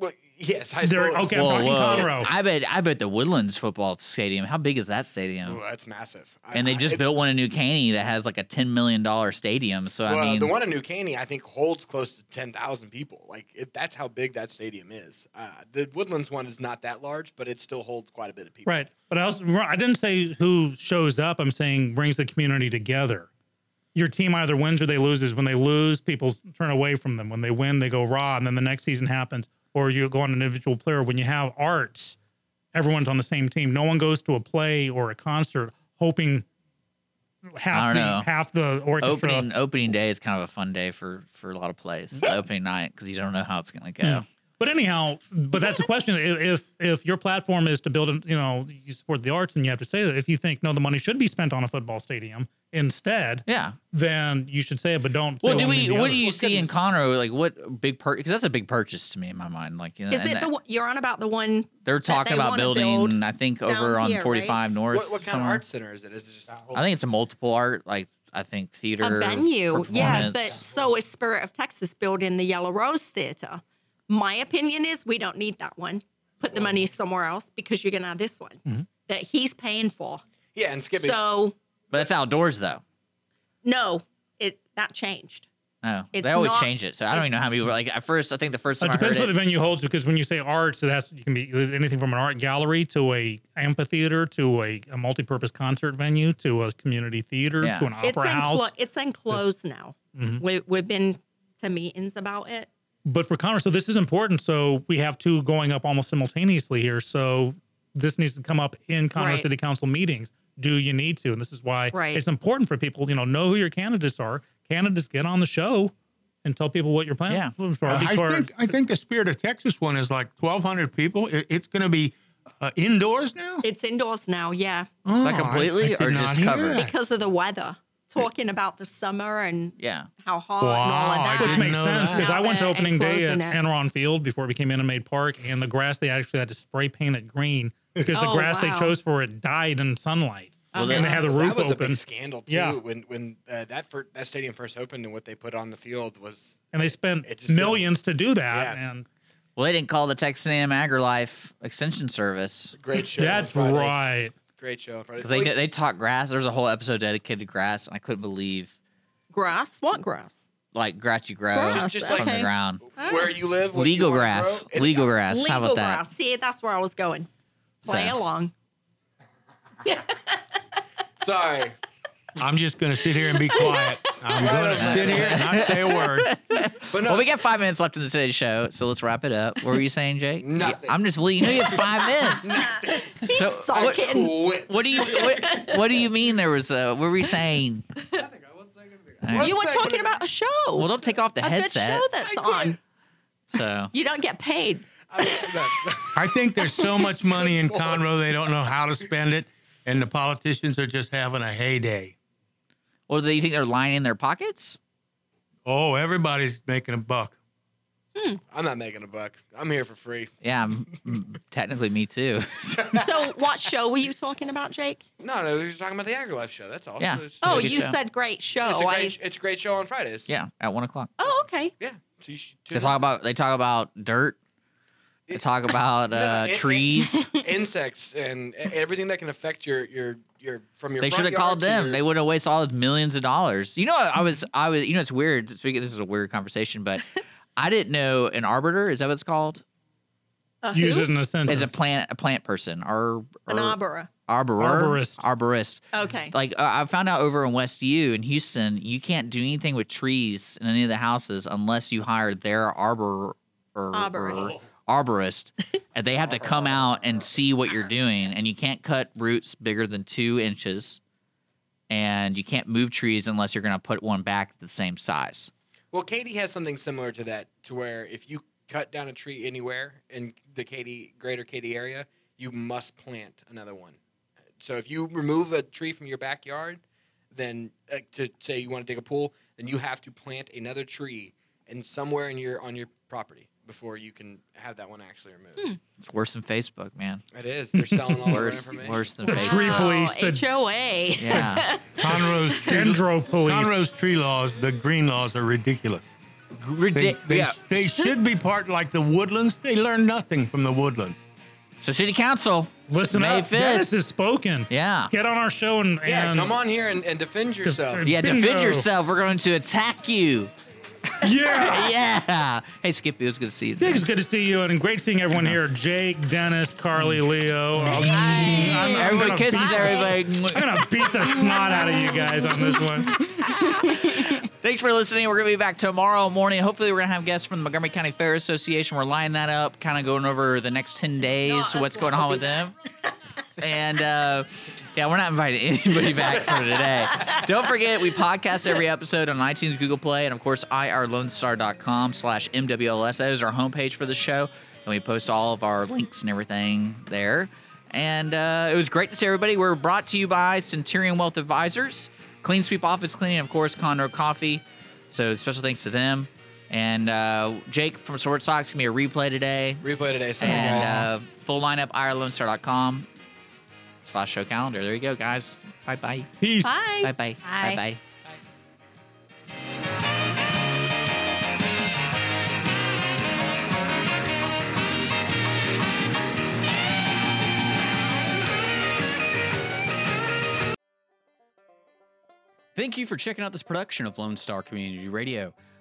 Well, yes, high
There-
school.
okay, I'm talking Conroe.
I bet I bet the Woodlands football stadium. How big is that stadium?
Well, that's massive. I-
and they
I-
just
it-
built one in New Caney that has like a ten million dollar stadium. So
well,
I mean,
the one in New Caney, I think, holds close to ten thousand people. Like it, that's how big that stadium is. Uh, the Woodlands one is not that large, but it still holds quite a bit of people.
Right. But I also I didn't say who shows up. I'm saying brings the community together. Your team either wins or they loses. When they lose, people turn away from them. When they win, they go raw, and then the next season happens. Or you go on an individual player. When you have arts, everyone's on the same team. No one goes to a play or a concert hoping
I
half
don't
the
know.
half the orchestra.
opening opening day is kind of a fun day for for a lot of plays. The opening night because you don't know how it's gonna go.
Yeah. But anyhow, but that's the question. I- If if your platform is to build, an, you know, you support the arts, and you have to say that if you think no, the money should be spent on a football stadium instead,
yeah,
then you should say it, but don't.
Well,
say
do
one or
we?
the
What
other.
do you see in Conroe? Like what big purchase? Because that's a big purchase to me in my mind. Like you know,
Is
and
it the one you're on about the one?
they're
that they
talking about
wanna
building.
build
I think
down
over on
here, right?
forty five north.
What, what kind
somewhere.
of art center is it? Is it just? a whole-
I think it's a multiple art. Like I think theater,
a venue? Yeah,
performance.
but so is Spirit of Texas building the Yellow Rose Theater. My opinion is we don't need that one. Put the money somewhere else because you're gonna have this one that he's paying for.
Yeah, and Skippy.
So
But that's outdoors though.
no, it that changed.
Oh,
It's
they always
not-
change it. So I don't even know how many. were- Like at first, I think the first
It
time I heard
depends what
it,
the venue holds because when you say arts, it has to, you can be anything from an art gallery to a amphitheater to a, a multi-purpose concert venue to a community theater to an opera
it's enclo-
house.
it's enclosed now.
Mhm.
We, we've been to meetings about it.
but for Conroe, so this is important. So we have two going up almost simultaneously here. So this needs to come up in Conroe
Right.
City Council meetings. Do you need to? And this is why
Right.
it's important for people, you know, know who your candidates are. Candidates get on the show and tell people what your plan yeah. is.
Uh, I think I think the Spirit of Texas one is like twelve hundred people. It, it's going to be uh, indoors now.
It's indoors now, yeah.
Oh, Like completely I- I did or not just hear covered? that.
Because of the weather. Talking about the summer and
yeah,
how hot and all of that.
Which makes sense because I went to
Now they're
opening day at
enclosing it.
Enron Field before it became Inmate Park, and the grass they actually had to spray paint it green because the
Oh,
grass they
wow.
chose for it died in sunlight,
Well,
and they had the roof
that was
open.
A big scandal too.
Yeah,
When when uh, that fir- that stadium first opened and what they put on the field was
and they spent
It just
millions to do that. And
well, they didn't call the Texas A&M AgriLife Extension Service.
great show. on Fridays. Great show on Friday.
Because they they taught grass. There was a whole episode dedicated to grass, and I couldn't believe
Grass? What grass?
like grassy grass
Grass, Just- just
from
okay.
the ground.
All
Where
right.
you live, what
Legal
you wanna
grass.
grow, it-
Legal grass. How about
Legal
that?
grass. See, that's where I was going. Play
So-
along.
Sorry.
I'm just going to sit here and be quiet. I'm going to sit here and not say a word.
But no, well, we got five minutes left in the today's show, so let's wrap it up. What were you saying, Jake? Nothing. I'm just leaving. You have five minutes. So, what, what do you what, what do you mean there was a? What were you saying? All right.
You were talking about a show.
Well, don't take off the
a
headset.
Good show that's on.
So
You don't get paid.
I think there's so much money in Conroe, they don't know how to spend it, and the politicians are just having a heyday.
Or do you think they're lining their pockets?
Oh, everybody's making a buck.
I'm not making a buck. I'm here for free.
yeah, m- m- technically me too.
so, what show were you talking about, Jake?
No, no, we were talking about the AgriLife show. That's all.
Yeah.
It's-
Oh,
Good
you
show.
said great show.
It's a
I-
great, sh- it's a great show on Fridays.
yeah, at one o'clock.
oh, okay.
Yeah. So you should
They talk about they talk about dirt. They talk about uh,
it- it-
trees.
insects and e- everything that can affect your your your from your.
They
front
should have
yard
called
to
them.
your-
They would have wasted all those millions of dollars. You know, I was, I was, you know, it's weird. Speaking, this is a weird conversation, but I didn't know an arbiter. Is that what it's called?
Uh,
Use
who?
it in a
It's
sentence.
a plant, a plant person, or,
An arbora.
arborer,
Arborist.
arborist.
Okay.
Like uh, I found out over in West U in Houston, you can't do anything with trees in any of the houses unless you hire their arbor or
Arborist.
arborist, and they have to come out and see what you're doing. And you can't cut roots bigger than two inches, and you can't move trees unless you're going to put one back the same size.
Well, Katie has something similar to that, to where if you cut down a tree anywhere in the Katy greater Katy area, you must plant another one. So if you remove a tree from your backyard, then uh, to say you want to dig a pool, then you have to plant another tree and somewhere in your on your property before you can have that one actually removed.
It's worse than Facebook, man.
It is. They're selling all our
worse,
information.
worse than
The
Facebook.
tree
Oh, HOA.
Yeah.
Conroe's tree,
police.
Conroe's tree laws, the green laws are ridiculous. They,
Ridic-
they-
yeah.
they should be part like the woodlands. They learn nothing from the woodlands.
So city council,
Listen
May
up.
5th.
Dennis has spoken.
Yeah.
Get on our show and,
yeah,
and
come on here and, and defend yourself.
Yeah, defend
Bingo.
yourself. We're going to attack you.
Yeah.
yeah. Hey, Skippy, it was good to see you.
Nick, it's good to see you and great seeing everyone here. Jake, Dennis, Carly, Leo. Um, I'm- I'm
Everyone
gonna
kisses
beat-
everybody.
I'm gonna beat the snot out of you guys on this one.
Thanks for listening. We're going to be back tomorrow morning. Hopefully, we're going to have guests from the Montgomery County Fair Association. We're lining that up, kind of going over the next 10 days, what's going on with them. And uh, yeah, we're not inviting anybody back for today. Don't forget, we podcast every episode on iTunes, Google Play, and of course, irlonestar.com slash MWLS. That is our homepage for the show. And we post all of our links and everything there. And uh, it was great to see everybody. We're brought to you by Centurion Wealth Advisors, Clean Sweep Office Cleaning, and of course, Conroe Coffee. So special thanks to them. And uh, Jake from Sword Sox can be a replay today.
Replay today, Sunday,
And uh,
guys.
full lineup, irlonestar.com slash show calendar. There you go, guys. Bye bye.
Peace.
Bye bye. Bye
Bye.
bye. Thank you for checking out this production of Lone Star Community Radio.